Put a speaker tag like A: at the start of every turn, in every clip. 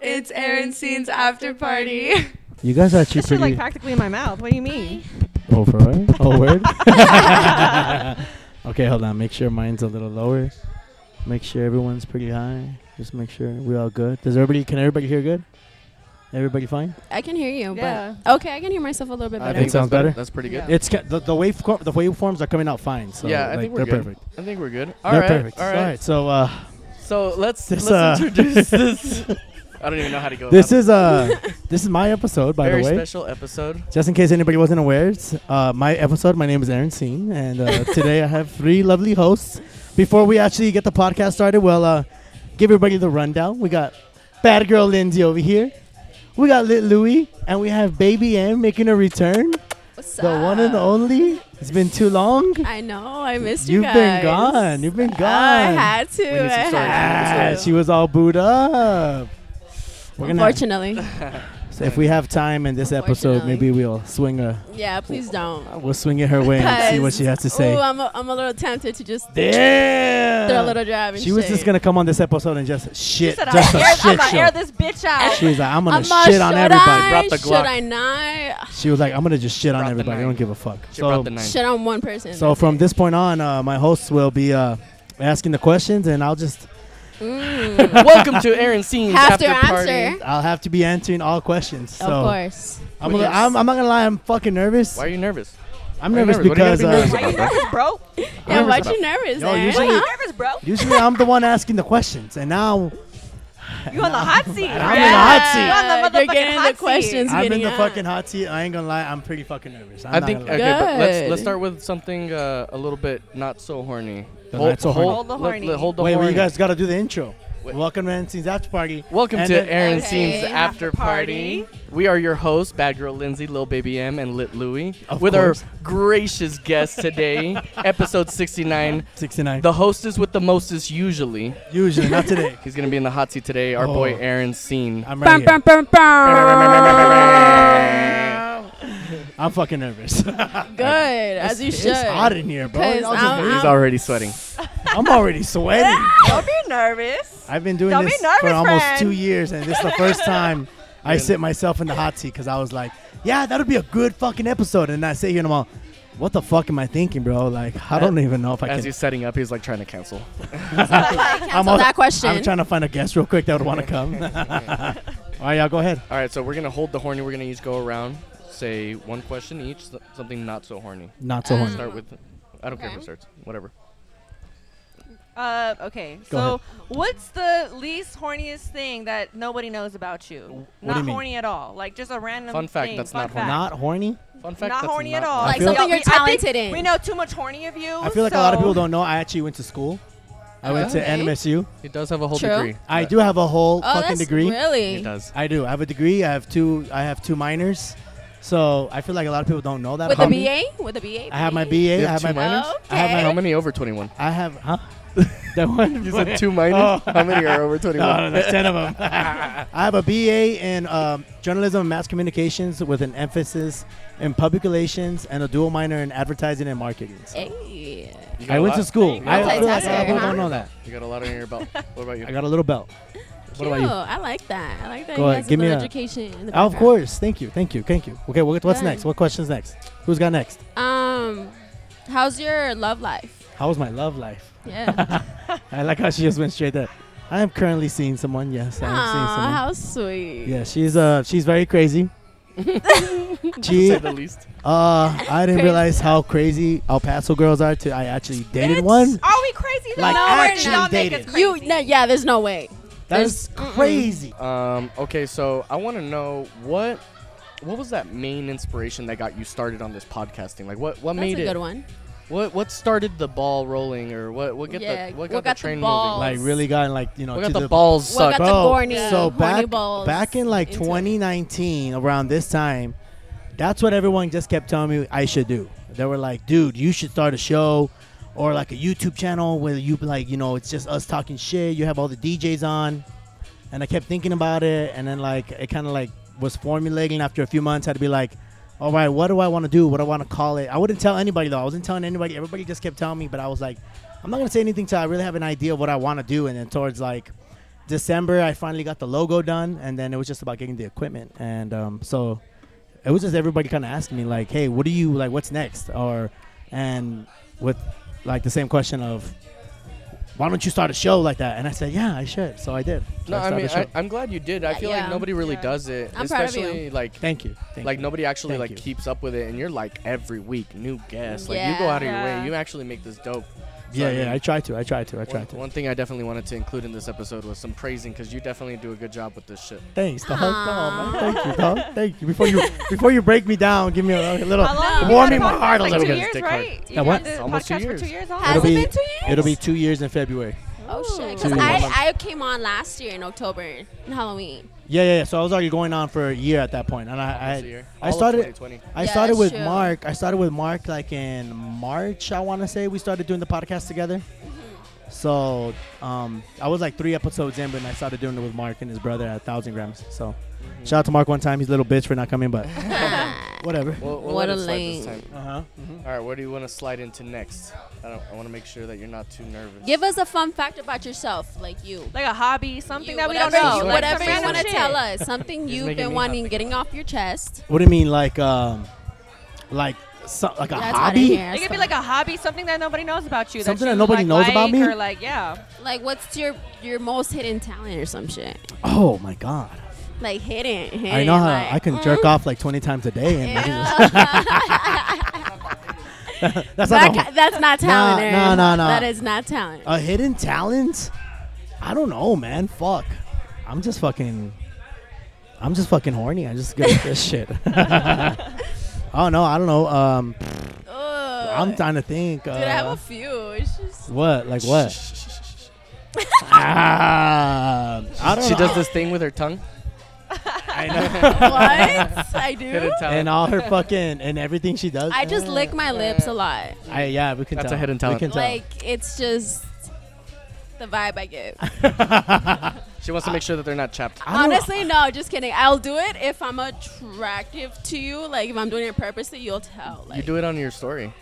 A: It's Aaron Scene's after party.
B: You guys are actually
C: This shit
B: pretty
C: like practically in my mouth. What do you mean?
B: Oh, for real? Oh, word? okay, hold on. Make sure mine's a little lower. Make sure everyone's pretty high. Just make sure we're all good. Does everybody? Can everybody hear good? Everybody fine?
A: I can hear you,
C: Yeah.
A: but okay, I can hear myself a little bit
B: I
A: better.
B: think sounds
D: that's better.
B: better.
D: That's pretty good.
C: Yeah.
B: It's ca- the, the wave co- the waveforms are coming out fine. So
D: Yeah, I
B: like,
D: think we're
B: they're
D: good.
B: perfect.
D: I think we're good.
B: they're
D: Alright,
B: perfect.
D: All right.
B: All right. So uh,
D: So let's
B: This,
D: let's
B: uh,
D: introduce this. I don't even know how to go.
B: this
D: about
B: is uh, this is my episode, by
D: very
B: the way.
D: special episode.
B: Just in case anybody wasn't aware, it's, uh, my episode. My name is Aaron Seen, and uh, today I have three lovely hosts. Before we actually get the podcast started, well, uh, give everybody the rundown. We got Bad Girl Lindsay over here. We got Lit Louie, and we have Baby M making a return.
A: What's
B: The
A: up?
B: one and only. It's been too long.
A: I know. I missed you
B: You've
A: guys.
B: been gone. You've been
A: I
B: gone.
A: had to.
D: need some
A: I
D: stories.
B: Ah,
A: had to.
B: she was all booed up. We're gonna.
A: Unfortunately,
B: so if we have time in this episode,
A: Unfortunately.
B: maybe we'll swing a.
A: yeah. Please don't.
B: We'll swing it her way and see what she has to say.
A: Ooh, I'm a, I'm a little tempted to just
B: Damn.
A: throw a little jab. And
B: she was
A: shit.
B: just gonna come on this episode and just shit,
C: said,
B: just a
C: "I'll air-
B: shit
C: I'ma
B: show.
C: air this bitch out.
B: She was like, I'm gonna
A: I'm a-
B: shit on
A: should
B: everybody.
A: I?
D: Brought the
A: should
D: Glock.
A: I not?
B: She was like, I'm gonna just shit on
D: Brought the
B: everybody. I
D: nine.
B: don't give a fuck.
D: She brought
B: So,
D: the nine.
A: Shit on one person.
B: so from this point on, uh, my hosts will be uh, asking the questions, and I'll just
A: Mm,
D: Welcome to Aaron Scene's
A: have
D: after,
A: to
D: party.
A: answer.
B: I'll have to be answering all questions. So
A: of course.
B: I'm, gonna, I'm, I'm not gonna lie, I'm fucking nervous.
D: Why are you nervous?
B: I'm
D: why are you
B: nervous
D: nervous? What are you
B: because
D: gonna be nervous
C: Why
B: uh,
C: you nervous, bro?
A: Yeah,
B: I'm
A: why'd
B: nervous
A: you nervous,
B: Yo,
A: Aaron?
C: Why
B: usually-
C: you
A: Huh?
C: nervous, bro?
B: usually I'm the one asking the questions, and now
C: You on the hot seat?
B: I'm in the hot seat.
C: You're on the
A: You're
C: motherfucking
A: getting
C: hot
A: the questions.
B: I'm in
A: getting
B: the
A: on.
B: fucking hot seat. I ain't gonna lie, I'm pretty fucking nervous. I'm
D: i
B: not
D: think
B: gonna lie.
D: okay, but let's
A: Good.
D: let's start with something uh, a little bit not so horny.
B: The not so horny.
C: Hold the
D: let-
C: horny.
D: let- hold the
B: Wait, well,
D: horny.
B: you guys gotta do the intro.
D: Wait.
B: Welcome to Enscene's After Party.
D: Welcome
B: And then-
D: to Aaron
A: Okay.
D: Scene's after
C: After party.
D: party. We are your hosts, Bad Girl Lindsay, Lil Baby M, and Lit Louie,
B: Of
D: with
B: course.
D: our gracious guest today, episode 69.
B: 69.
D: The hostess with the mostest usually.
B: Usually, not today.
D: He's gonna be in the hot seat today. Our
B: Oh.
D: boy Aaron Scene.
B: I'm
A: Bum,
B: right here.
A: bum, bum, bum.
B: I'm fucking nervous.
A: Good, as you
B: it's
A: should.
B: hot in here, bro. Y'all
A: 'Cause
B: just-
A: I'm-
D: He's already sweating.
B: I'm already sweating.
C: Don't be nervous.
B: I've been doing
C: Don't be
B: this
C: nervous,
B: for almost
C: friend.
B: two years, and this is the first time I sit myself in the hot seat because I was like, yeah, that'll be a good fucking episode. And I sit here and I'm all, what the fuck am I thinking, bro? Like, I don't even know if I
D: As
B: can.
D: he's setting up, he's like trying to cancel.
A: Cancel
B: all-
A: that question.
B: I'm trying to find a guest real quick that would want to come. All right, y'all, go ahead.
D: All right, so we're gonna hold the horny. We're gonna each go around, say one question each, so- something not so horny.
B: Not so
C: Um,
A: Uh,
B: horny.
D: Start with. I don't care who
A: Okay.
D: starts. Whatever.
C: Uh, okay.
B: Go
C: so, what's the least horniest thing that nobody knows about you?
B: What
C: not
B: do you mean?
C: horny at all. Like just a random
D: Fun fact,
C: thing.
D: that's
C: Fun
D: not horny.
B: Not horny?
D: Fun fact.
C: Not
D: that's
C: horny at
D: not-
C: all.
B: Like
C: Y'all-
A: something you're
C: we- I think
A: talented in.
C: We know too much horny of you.
B: I feel like a lot of
C: so-
B: people don't know I actually went to school. I went to
A: Okay.
B: NMSU.
D: He does have a whole
A: True.
D: degree.
B: I do have a whole
A: oh,
B: fucking
A: that's
B: degree.
D: He
A: really.
D: does.
B: I do. I have a degree. I have two. I have two minors. So I feel like a lot of people don't know that.
A: With a
B: about me.
A: BA? With a BA?
B: Um, I have my BA.
A: please?
B: I
D: You
B: have
D: have
B: my.
D: two minors.
A: Okay.
B: I have my
D: How many over Oh. 21?
B: I have. Huh? that one.
D: You said two minors. How many are over 21?
B: No, no, there's ten of them. I have a BA in um, journalism and mass communications with an emphasis in public relations and a dual minor in advertising and marketing. So
A: Hey.
D: You got
B: I
D: a
B: went to
D: lot-
B: school.
D: got
B: I
D: a lot.
B: feel like a lot
A: Multitasker,
B: of people
A: Eh. huh?
B: don't know that.
D: You got a lot on your belt. What about you?
B: I got a little belt. What
A: Cute.
B: about you?
A: I like that. I like that.
B: Go
A: you
B: ahead,
A: guys have
B: give me
A: a
B: a-
A: little education. in the
B: Oh, of
A: background.
B: course. Thank you. Thank you. Thank you. Okay, what, what's
A: Done.
B: next? What question's next? Who's got next?
A: Um, how's your love life?
B: How was my love life?
A: Yeah.
B: I like how she just went straight there. I am currently seeing someone. Yes, I am seeing
A: Aw,
B: someone.
A: how sweet.
B: yeah, she's uh she's very crazy.
D: to
B: she
D: say
B: uh
D: the least.
B: I didn't realize how crazy El Paso girls are. To I actually dated
C: Bitch,
B: one.
C: Are we crazy? though?
B: Like,
C: no,
B: actually
C: we're not. Make us
B: dated.
C: crazy.
A: You? No, yeah. There's no way.
B: That's crazy.
D: Um, okay, so I want to know what what was that main inspiration that got you started on this podcasting? Like, what what
A: That's
D: made
A: a
D: it?
A: good one.
D: What what started the ball rolling, or what what get
A: Yeah,
D: the what
A: what
D: got,
A: got
D: the
A: the
D: train
A: ball?
B: Like really got like you know
D: moving?
B: to
D: What got the balls
A: What
D: sucked?
A: got the
B: Bro,
A: horny-
B: so
A: horny
B: back
A: balls
B: back in like
A: into it?
B: 2019, around this time, that's what everyone just kept telling me I should do. They were like, "Dude, you should start a show, or like a YouTube channel where you like, you know, it's just us talking shit. You have all the DJs on." And I kept thinking about it, and then like it kind of like was formulating after a few months. I had to be like, "All right, what do I want to do? What do I want to call it?" I wouldn't tell anybody though. I wasn't telling anybody. Everybody just kept telling me, but I was like, "I'm not gonna say anything till I really have an idea of what I want to do." And then towards like December, I finally got the logo done, and then it was just about getting the equipment. And um, so it was just everybody kind of asking me like, "Hey, what do you like? What's next?" Or and with like the same question of, "Why don't you start a show like that?" And I said, "Yeah, I should." So I did. So
D: No, I
B: started
D: mean,
B: a show.
D: I, I'm glad you did. I
A: Yeah,
D: feel
A: yeah.
D: like nobody really
C: Yeah.
D: does it,
A: I'm proud of you.
D: especially like
B: thank you. Thank
D: like
B: you.
D: nobody actually
B: Thank
D: like
B: you.
D: keeps up with it, and you're like every week new guests. Like you go
A: Yeah.
D: out of your
C: Yeah.
D: way, you actually make this dope. So,
B: Yeah,
D: I mean,
B: yeah. I tried to. I tried to. I tried to.
D: One, one thing I definitely wanted to include in this episode was some praising because you definitely do a good job with this shit.
B: Thanks, dog.
A: Aw.
B: Come on, man. Thank you, dog. Thank you. Before you before you break me down, give me a, a little.
C: How long have you
B: warming
C: had
B: my
C: podcast?
B: heart a
C: Like
B: little
C: two
B: bit.
C: Years,
D: Dick
C: right?
D: hard.
C: You
B: Yeah,
C: had
B: what?
C: the
D: Almost two
C: podcast for
D: years.
C: two years.
A: Has
B: It'll
A: it
B: be-
A: been two years?
B: It'll be two years in February.
A: Oh shit!
B: Two
A: Because I,
B: months.
A: I came on last year in October, in Halloween.
B: Yeah, yeah, yeah. So I was already going on for a year at that point, and I
D: Almost a
B: I,
D: year.
B: I
D: All of
B: started
D: 2020.
B: I
A: Yeah,
B: started
A: that's
B: with
A: true.
B: Mark. I started with Mark like in March. I want to say we started doing the podcast together.
A: Mm-hmm.
B: So um, I was like three episodes in, but I started doing it with Mark and his brother at Thousand Grams. So
D: Mm-hmm.
B: shout out to Mark one time. He's a little bitch for not coming, but whatever.
D: We'll, uh-huh. we'll
A: What
D: let
A: a
D: it slide this
A: lame.
D: time.
B: Uh huh.
D: All right, where do you want to slide into next? I don't. I want to make sure that you're not too nervous.
A: Give us a fun fact about yourself, like you.
C: Like a hobby, something
A: You,
C: that we don't
A: whatever
C: know.
A: You,
C: like
A: whatever
C: some
A: you
C: random
A: want to
C: shit.
A: tell us, something
D: It's
A: you've
D: making
A: been
D: me
A: wanting,
D: happy.
A: getting off your chest.
B: What do you mean, like um, like so, like a
A: That's outta
B: hobby?
A: here.
C: It could be like a hobby, something that nobody knows about you.
B: Something
C: you,
B: that nobody
C: like,
B: knows about
C: like
B: me?
C: Or like, yeah.
A: Like, what's your your most hidden talent or some shit?
B: Oh my god!
A: Like hidden, hidden.
B: I know how
A: like, "Oh." mm,
B: I can jerk off like twenty times a day, and that's
A: That
B: not
A: ca- that's not talent.
B: Nah,
A: Aaron.
B: nah, nah, Uh, nah.
A: That is not talent.
B: A hidden talent? I don't know, man. Fuck. I'm just fucking. I'm just fucking horny. I just get this shit. oh no, I don't know. Um,
A: Ugh.
B: I'm trying to think. Uh,
A: Dude, I have a few. It's just
B: what? Like what? ah, I don't
D: She
B: know.
D: does this thing with her tongue.
B: I know.
A: what I do.
D: Hidden talent.
B: And all her fucking and everything she does.
A: I just lick my lips a lot.
B: I, yeah, we can
D: That's
B: tell.
D: a hidden
B: We can
D: talent.
B: tell.
A: Like it's just the vibe I give.
D: She wants to make sure that they're not chapped.
B: I don't-
A: Honestly, no, just kidding. I'll do it if I'm attractive to you. Like if I'm doing it purposely, you'll tell. Like,
D: You do it on your story.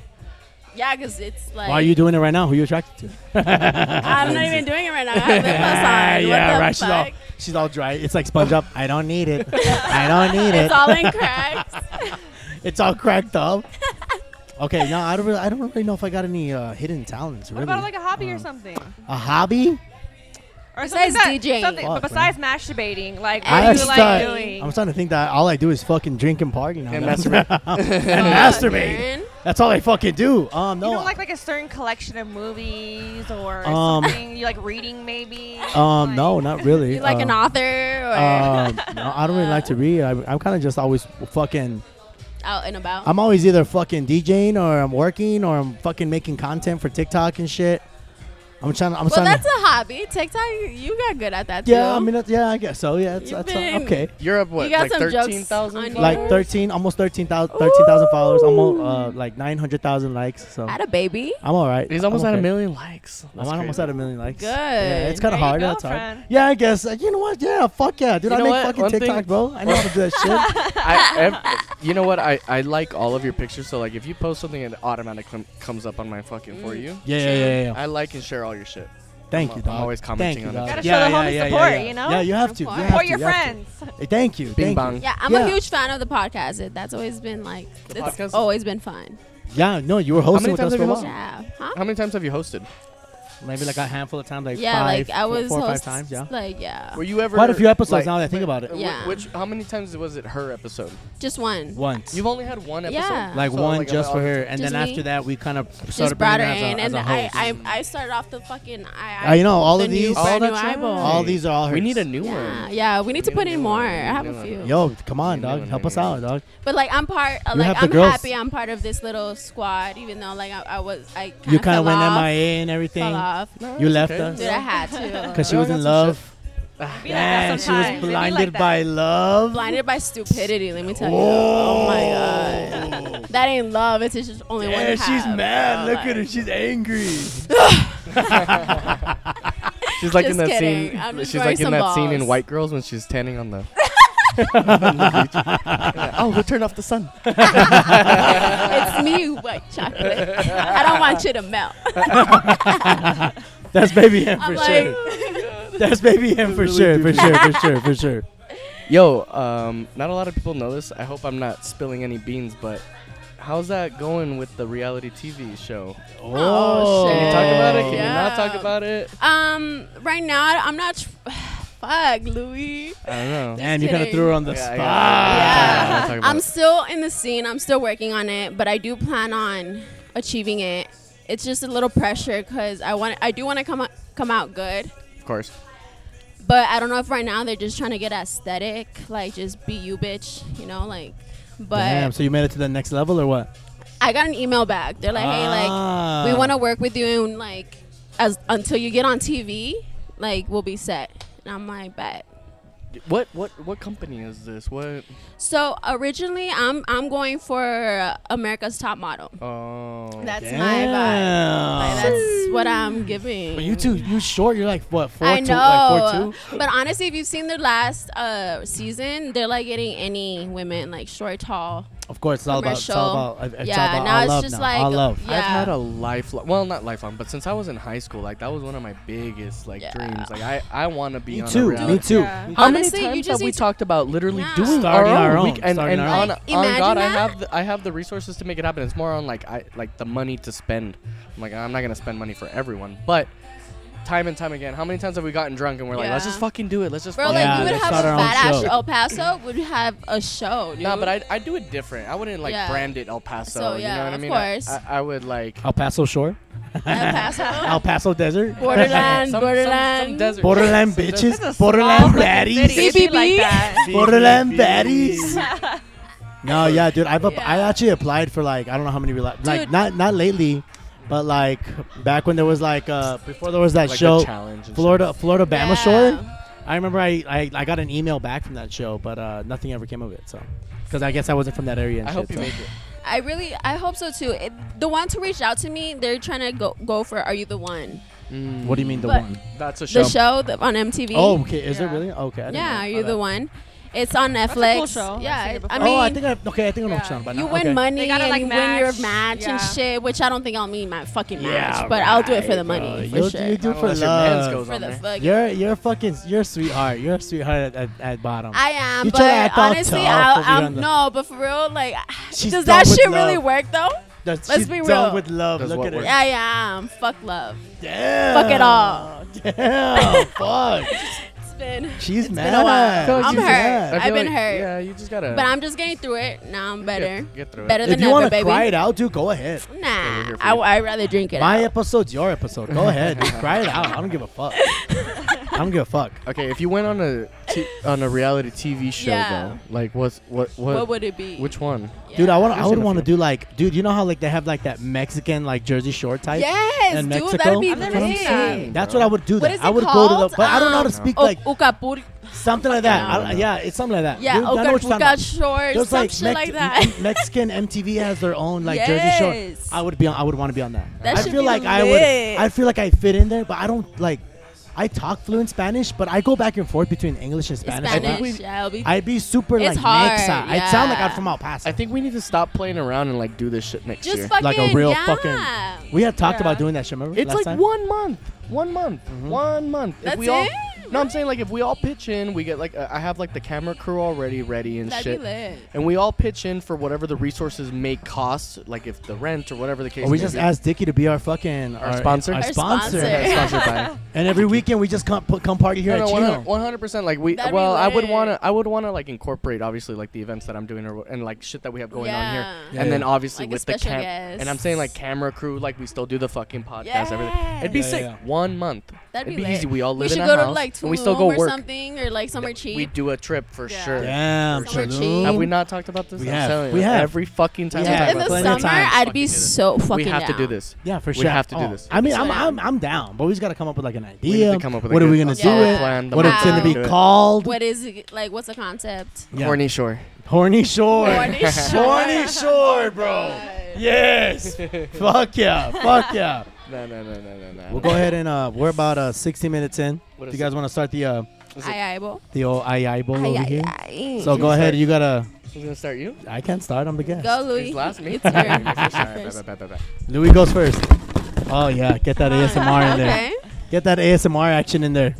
A: yeah, because it's like
B: Why are you doing it right now? Who you attracted to?
A: I'm not even doing it right now. I have lip gloss
B: Ah,
A: on.
B: yeah,
A: what the
B: right. She's all,
A: fuck?
B: she's all dry. It's like SpongeBob. I don't need it. I don't need it.
A: It's all in cracks.
B: It's all cracked up. okay, no, I don't. Really, I don't really know if I got any uh, hidden talents.
C: What
B: really.
C: about like a hobby or
B: Um,
C: something?
B: A hobby?
C: Or
A: Besides
C: something that-
A: DJing.
C: something- but
B: Fuck,
C: besides masturbating, like what
A: I
C: do you
B: start-
C: like doing?
B: I'm starting to think that all I do is fucking drink and party now.
D: And
B: That's-
D: masturbate.
A: Fuck,
B: masturbate.
A: Aaron.
B: That's all I fucking do. Um,
C: you
B: no.
C: don't like like a certain collection of movies or
B: Um,
C: something? You like reading maybe?
B: um, no, not really.
A: You like an
B: Um,
A: author or
B: um, no, I don't really like to read. I, I'm kind of just always fucking.
A: out and about?
B: I'm always either fucking DJing or I'm working or I'm fucking making content for TikTok and shit. I'm trying. I'm
A: well,
B: trying.
A: that's a hobby. TikTok, you got good at that.
B: yeah,
A: too.
B: I mean, that's- yeah, I guess so. Yeah, it's,
A: You've
B: that's
A: been-
B: okay.
D: You're up what?
A: You got
D: Like
A: some jokes
D: thirteen
A: on
D: thousand.
A: you.
B: like 13 almost 13,000 13,000 followers almost uh, like 900,000 likes so
A: had a baby.
B: I'm all right
D: He's almost
B: I'm
D: at a
B: okay.
D: million likes.
B: I'm
D: That's
B: almost
D: crazy.
B: at a million likes
A: Good.
B: yeah, it's kind
C: There
B: of
C: you
B: hard
C: go,
B: that's hard
C: friend.
B: yeah I guess Uh, you know what yeah fuck yeah dude
D: You
B: I
D: know
B: make
D: what?
B: fucking
D: One thing-
B: TikTok bro I know how to do that shit
D: I, ev- you know what? I, I like all of your pictures. So like, if you post something, it automatically com- comes up on my fucking for you.
B: yeah yeah Mm. yeah, yeah.
D: I like and share all your shit.
B: thank
D: I'm-
B: you
D: I'm
B: dog
D: always
B: thank
D: commenting
B: you,
D: on it.
B: dog.
D: Gotta
C: show the homie support, you know?
B: yeah you have
A: Of
B: to you
A: course.
B: have
C: or
B: to,
C: your
B: you have to.
C: friends?
B: Hey, thank you
D: Bing
B: thank
D: bong.
B: you.
A: Yeah, I'm
B: Yeah.
A: a huge fan of the podcast. It, that's always been like,
D: The
A: it's
D: podcast?
A: always been fun.
B: yeah no you were hosting
D: many
B: with
D: times
B: us
D: have
B: for a
D: you
B: while
A: Yeah. Huh?
D: How many times have you hosted?
B: maybe like a handful of times like
A: yeah,
B: five,
A: like I
B: four-
A: was
B: four or five
A: host-
B: times yeah
A: Like, yeah.
D: Were you ever
B: quite a few episodes
D: like,
B: now that I think about it
D: wh-
A: Yeah.
D: Which? How many times was it her episode?
A: Just one.
B: once
D: You've only had one episode.
A: Yeah.
B: like
D: So,
B: one
D: like,
B: just for
D: all-
B: her, and
A: Just
B: then
A: me.
B: after that we kind of
A: Just
B: started
A: brought
B: bringing
A: her in,
B: as a, as
A: and
B: a
A: I,
B: host.
A: I, I started off the fucking. I,
B: Uh, you know, all
A: the
B: of
A: new-
B: these-
A: brand
D: Oh,
A: new
D: that's
A: eyeball.
D: right.
B: all these are all hers.
D: We need a new
A: Yeah,
D: one.
A: yeah. We need to
D: We need
A: put
D: a
A: in
D: new
A: more.
D: one.
A: I
D: We need
A: have
D: a
A: a
D: new
A: few.
D: one.
B: Yo, come on,
D: We need a
B: dog,
D: new one,
B: help
D: we
B: us
D: need a
B: out, dog.
A: But like I'm part, uh,
B: You
A: like
B: have the
A: I'm
B: girls.
A: happy I'm part of this little squad, even though like I, I was, I kind
B: You kind of went
A: off,
B: MIA and everything.
A: fell off.
D: No,
B: You
D: it's
B: left
D: okay.
B: us.
A: Dude, I had to.
B: Cause she
D: Yeah,
B: was
D: I
B: in
D: got some
B: love.
C: Be like
B: Man,
C: that
B: she was
C: sometimes. It be like
B: blinded
C: that.
B: by love.
A: blinded by stupidity. Let me tell you. Oh my
B: Oh my god.
A: god, that ain't love. It's just only one.
B: Yeah,
A: you
B: she's
A: have. Oh
B: mad.
A: So,
B: Look at her.
A: like,
B: She's angry.
D: She's like in
A: Just
D: that
A: kidding.
D: scene.
A: I'm just
D: she's
A: throwing
D: like in
A: some
D: that scene in
A: balls.
D: White Girls when she's tanning on the. oh, we'll turn off the sun.
A: it's me, white chocolate. I don't want you to melt.
B: That's baby him
A: I'm
B: for
A: like,
B: sure. That's baby him for
D: Really
B: sure,
D: do
B: for sure, for sure, for sure.
D: Yo, um, not a lot of people know this. I hope I'm not spilling any beans, but how's that going with the reality TV show?
A: Oh,
D: Can you talk about it? Can
A: Yeah.
D: you not talk about it?
A: Um, right now I'm not. Tr- Fuck, Louis.
D: I don't know.
B: Damn, you kind of
A: kidding.
B: threw her on the
D: Yeah, I
B: spot.
D: got it. Yeah. Talk about it.
A: I'm still in the scene. I'm still working on it, but I do plan on achieving it. It's just a little pressure because I want. I do want to come o- come out good,
D: Of course.
A: but I don't know if right now they're just trying to get aesthetic, like just be you, bitch. You know, like. But
B: Damn, so you made it to the next level or what?
A: I got an email back. They're like, hey, like
B: Ah.
A: we want to work with you and like as until you get on TV, like we'll be set. And I'm like, bet.
D: What what what company is this? What?
A: So originally, I'm I'm going for America's Top Model.
D: Oh.
A: That's my vibe. Like,
B: Damn.
A: that's what I'm giving.
B: But you two, you short. You're like what? Four
A: I
B: two,
A: know.
B: Like four two.
A: But honestly, if you've seen the last uh, season, they're like getting any women, like short, tall.
B: Of course, it's all about. It's all
A: Commercial.
B: about. It's
A: Yeah,
B: all about
A: now
B: all
A: it's
B: love
A: just
B: now.
A: like-
B: all love.
A: yeah.
D: I've had a lifelong, well, not lifelong, but since I was in high school, like that was one of my biggest like
A: Yeah.
D: dreams. Like I, I want to be
B: Me
D: on
B: too. Me
D: a reality.
B: too.
C: Yeah.
D: How
A: Honestly, you
D: many times
A: just
D: have we
A: need to-
D: talked about literally
A: Yeah.
D: doing
B: Starting our
D: our own?
B: own,
D: Oh, We- and
B: starting
D: and
B: our
D: on,
A: own. Like,
D: on God,
A: imagine
D: I
A: that.
D: have the, I have the resources to make it happen. It's more on like I like the money to spend. I'm like I'm not gonna spend money for everyone, but time and time again, how many times have we gotten drunk and we're like, let's
A: Yeah.
D: just fucking do it. Let's just.
A: Bro,
D: fucking
B: Yeah,
A: like we
D: do
A: would
D: it.
B: that's
A: have
B: not
A: a
B: our own
A: fat ass
B: show.
A: El Paso would have a show, dude.
D: Nah, but I I do it different. I wouldn't like
A: Yeah.
D: brand it El Paso.
A: So,
D: you know
A: yeah,
D: what I
A: of
D: mean? I-
A: course.
D: I, I would like
B: El Paso Shore,
A: El Paso,
B: El Paso Desert,
A: borderland,
D: some,
A: borderland.
D: Some, some desert.
B: borderline
D: Some desert.
C: That's a
B: bitches,
C: small
B: borderline
C: fucking city.
B: baddies,
C: It'd be like
A: CBB.
C: that.
B: borderline baddies. No, yeah, dude. I've app- I
A: Yeah.
B: actually applied for like I don't know how many rela- like
A: Dude.
B: not not lately, but like back when there was like uh before there was that
D: Like
B: show
D: the challenge. and
B: Florida Florida Bama
A: Yeah.
B: Shore. I remember I, I, I got an email back from that show, but uh, nothing ever came of it. So, because I guess I wasn't from that area.
D: shit.
B: And
D: I
B: shit,
D: hope you
B: so.
D: make it.
A: I really, I hope so too. It, the ones who reached out to me, they're trying to go go for "Are You the One?"
B: What do you mean the
A: But-
B: one?
D: That's a show.
A: The show that- on MTV.
B: Oh, okay. Is it
C: Yeah.
B: really? Okay. I didn't
A: yeah,
B: know.
A: "Are
B: Oh,
A: You
B: that-
A: the One?" It's on
C: a
A: Netflix.
C: cool show. I've seen
A: Yeah.
C: it
A: I
C: before.
A: mean,
B: oh, I think I okay. I think I know what you're talking about.
A: you
B: now.
A: win
B: okay.
A: money
C: They gotta,
A: and
C: like,
A: you win your
C: match.
A: match and
C: Yeah.
A: shit, which I don't think I'll mean my fucking match,
B: Yeah,
A: but I'll do it for
B: right,
A: the
B: bro.
A: money
B: You'll-
A: for sure.
B: you do-
D: Not unless
B: for
D: your mans
B: love.
D: goes
A: for
D: on
A: the
D: there.
A: fuck.
B: You're you're fucking you're a sweetheart. You're a sweetheart at, at, at bottom.
A: I am,
B: You tryna
A: but
B: act all
A: honestly,
B: tough
A: I'll,
B: over here
A: I'm
B: on the-
A: no. But for real, like,
B: She's
A: does that
B: done with
A: shit really
B: love.
A: work though?
B: That's-
A: let's
B: she's
A: be
B: done
A: real.
B: with love.
D: Does
B: Look
D: what
B: at her.
D: work?
A: Yeah, I am. Fuck love.
B: Damn.
A: Fuck it all.
B: Damn. fuck.
A: It's been,
B: She's mad.
A: been a while.
D: Cause
A: I'm
D: you
A: hurt.
D: just- I
A: I've
D: feel
A: been
D: like-
A: hurt.
D: Yeah, you just gotta.
A: but I'm just getting through it. Now I'm better.
D: Get, get through it.
A: better
B: If
A: than
B: you
A: ever,
B: want to
A: baby.
B: cry it out, dude, go ahead.
D: we're here
A: Nah,
D: for
A: I,
D: you.
A: I'd rather drink it.
B: My
A: out.
B: episode's your episode. Go ahead. cry it out. I don't give a fuck. I don't give a fuck.
D: Okay, if you went on a t- on a reality TV show
A: Yeah.
D: though, like what's what what,
A: what would it be?
D: which one?
A: Yeah.
B: Dude, I want. to I
D: Here's
B: would
D: an
B: want to
D: option.
B: do like, dude. You know how like they have like that Mexican like Jersey Shore type.
A: Yes,
B: in
A: dude,
B: Mexico.
A: that'd be
C: I've never
A: lit.
C: seen that.
B: That's what I would do.
A: What
B: That
A: is it
B: I would go to
A: called?
B: the. But I don't know how to
A: Um,
B: speak
A: O-
B: like
A: Ucapur-
B: something like that.
A: No.
B: I don't- yeah, it's something like that.
A: yeah, oh,
B: Dude, I know what you're talking
A: Okapuka
B: about.
A: Shore,
B: There's
A: some
B: like
A: shit
B: Mex-
A: like that.
B: M- Mexican MTV has their own like Jersey
A: Yes.
B: Shore. I would be. On, I would want to be on that.
A: That
B: I
A: should
B: feel
A: be
B: like I would.
A: lit.
B: I feel like I fit in there, but I don't like. I talk fluent Spanish, but I go back and forth between English and Spanish.
D: I think
A: Spanish,
D: we-
A: yeah, it'll be
B: I'd be super
A: It's
B: like
A: hard,
B: Mexa. I'd sound like
A: yeah.
B: I'm from El Paso.
D: I think we need to stop playing around and like do this shit next
A: just
D: year.
A: fucking
B: like a real
A: yeah.
B: fucking. We had
C: Yeah.
B: talked about doing that shit. Remember?
D: it's
B: last
D: like
B: time?
D: one month, one month, one month.
A: Mm-hmm. That's
D: if we all,
A: it?
D: No, I'm saying like if we all pitch in, we get like uh, I have like the camera crew already ready and
A: That'd
D: shit.
A: be lit.
D: And we all pitch in for whatever the resources may cost, like if the rent or whatever the case.
B: Or we
D: may
B: just
D: be.
B: asked Dickie to be our fucking
D: Our sponsor?
B: Our,
D: Our
B: sponsor.
A: sponsor.
D: Yeah, sponsored by.
B: and every weekend we just come put, come party here
D: no,
B: at
D: no,
B: Chino.
D: 100 percent. Like we,
A: That'd be
D: well, I would
A: lit.
D: want to, I would want to like incorporate obviously like the events that I'm doing or and like shit that we have going on here,
A: Yeah.
B: Yeah,
D: and then
B: yeah.
D: obviously
A: Like a
D: with the
A: special
D: cam,
A: guest.
D: and I'm saying like camera crew, like we still do the fucking podcast, everything. It'd be
B: Yeah, yeah,
D: sick.
B: yeah.
D: One month.
A: That'd
D: It'd be,
A: be lit.
D: easy. We all
A: We
D: live
A: should
D: in a
A: go
D: house,
A: to like Tulum
D: and we still go
A: or
D: work.
A: something, or like somewhere cheap.
D: We do a trip for
C: Yeah.
D: sure.
B: Damn,
A: Somewhere
B: Tulum.
A: cheap.
D: Have we not talked about this?
B: We
D: I'm
B: have.
D: telling
B: We
D: you,
B: have.
D: Every fucking time.
B: We
D: we
B: have.
D: talk
A: in
B: but
A: the
D: about
B: plenty
D: this,
B: of
A: summer,
B: times.
A: I'd be
D: Fucking do this.
A: so fucking.
D: we have to do
A: down.
D: this.
B: Yeah, for
D: We
B: sure.
D: have to do
B: Oh,
D: this.
B: I mean,
A: So
B: I'm,
A: yeah.
B: I'm I'm down, but we just gotta come up with like an idea.
D: We need to come up with
B: what
D: a
B: are we
D: good-
B: gonna
D: a
B: do?
A: solid
B: It.
D: plan, the
B: What it's
A: plan.
B: gonna be
D: Do it.
B: called?
A: What is it like? What's the concept?
B: Yeah.
D: Horny Shore.
B: Horny shore.
A: Horny Shore.
B: Horny shore, bro. Yes. Fuck yeah. Fuck yeah.
D: No, no, no, no, no, no.
B: We'll go ahead and uh, we're about uh 60 minutes in.
D: What
B: Do
D: is
B: you guys
D: it?
B: want to start the uh
D: Is it-
A: Aye, aye, bo.
B: the old aye aye bowl over here?
A: aye.
B: So go ahead. You gotta.
D: Who's gonna start you?
B: I can't start. I'm the guest.
A: Go, Louis.
D: He's last. Me.
A: It's your-
D: Okay,
A: your
D: first. Alright,
A: first.
D: bye, bye, bye, bye.
B: Louis goes first. Oh yeah, get that ASMR in there.
A: Ah, Okay.
B: Get that ASMR action in there.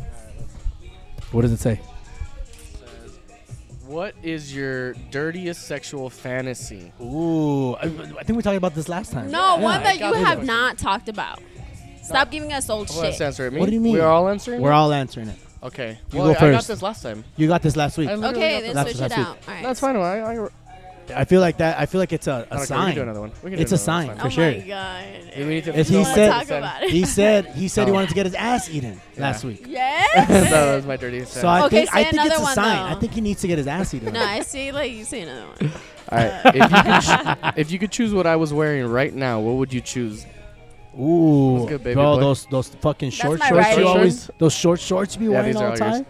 B: What does it say?
D: What is your dirtiest sexual fantasy?
B: Ooh, I, I think we talked about this last time.
A: No,
B: Yeah.
A: one that
D: got
A: you
D: this
A: have
D: question.
A: not talked about. Stop giving us old
D: Well, that's
A: shit.
D: answer it. Me?
B: What do you mean?
D: We're all answering.
B: We're all answering it.
D: all okay.
B: You
D: well,
B: go
D: I got
B: first.
D: this last time.
B: You got this last week.
D: I literally
A: Okay,
D: got
A: then
D: this-
B: That's-
A: switch
B: that's
A: it
B: it.
A: out. All right.
D: That's fine. I, I, I don't
B: I feel like that. I feel like it's a, a
D: care. We can do another
B: sign.
D: one. We can do
B: It's a
D: another
B: sign.
D: one.
A: Oh
B: for
A: my
B: sure.
A: god.
D: We need to-
A: I
B: If he
A: don't wanna
B: said-
A: talk about it.
B: He said he said he
D: Oh.
B: wanted to get his ass eaten last
D: Yeah.
B: week.
A: yes.
D: that was my dirtiest.
B: So I
A: Okay,
B: think I
A: say
B: think it's
A: another
B: a
A: one,
B: sign.
A: though.
B: I think he needs to get his ass eaten.
A: no, I see. Like you see another one.
D: All right. If you, could ch- if you could choose what I was wearing right now, what would you choose?
B: Ooh,
D: That's good, baby
B: bro,
D: boy.
B: those those fucking short
A: my
B: shorts
A: right
B: you
D: arm.
B: always those short shorts you be
D: Yeah,
B: wearing
D: these are
B: all
D: all
B: the
D: yours.
B: time.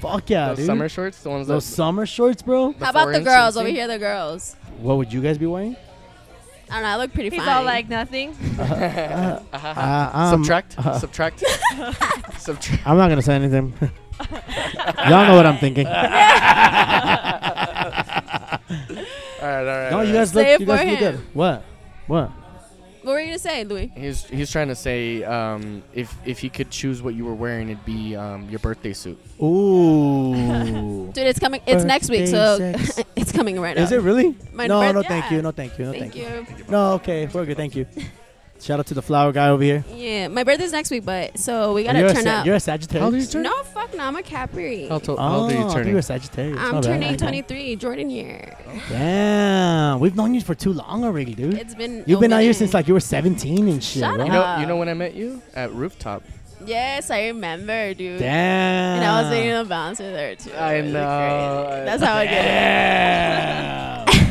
B: Fuck yeah,
D: Those
B: dude.
D: summer shorts, the ones
B: those
D: that.
B: summer shorts, bro.
A: How about the
D: four-inch
A: girls over
D: onesie?
A: here? The girls.
B: What would you guys be wearing?
A: I don't know. I look pretty
C: He's
A: fine.
C: all like nothing.
B: Uh, um,
D: subtract,
B: uh,
D: subtract, subtract.
B: I'm not gonna say anything. Y'all know what I'm thinking.
D: All right, all right.
B: no,
D: all
B: you
D: right.
B: guys
A: Say
B: look.
A: it
B: You guys
A: for
B: look good.
A: him.
B: What? What?
A: What were you gonna say, Louis?
D: He's he's trying to say um, if if he could choose what you were wearing, it'd be um, your birthday suit.
B: Ooh.
A: Dude, it's coming. It's next week, so
B: Birthday sex.
A: it's coming right
B: Is
A: up.
B: it really?
A: My
B: no,
A: birth-
B: no, thank
A: yeah.
B: you, no, thank you, no, thank,
A: Thank you.
B: No, okay, we're good, thank you. Shout out to the flower guy over here.
A: Yeah, my birthday's next week, but so we gotta
B: you're, a
A: turn
B: Sa-
A: up.
B: you're a Sagittarius.
A: No, fuck no, I'm a Capri.
D: How, to,
B: Oh,
D: how old are
B: I
D: you
B: thought
D: turning?
B: were a Sagittarius.
A: I'm
B: My bad.
A: turning 23. Jordan here.
B: Damn, we've known you for too long already, dude.
A: It's been.
B: You've been
A: over
B: out here
A: there.
B: since like you were 17 and shit.
A: Shut
B: bro.
D: You know,
A: Uh,
C: Ah.
D: you know when I met you at rooftop.
A: Yes, I remember, dude.
B: Damn.
A: And I was dating a bouncer there too.
D: I
A: It was
D: know.
A: crazy. That's how I get.
B: Damn.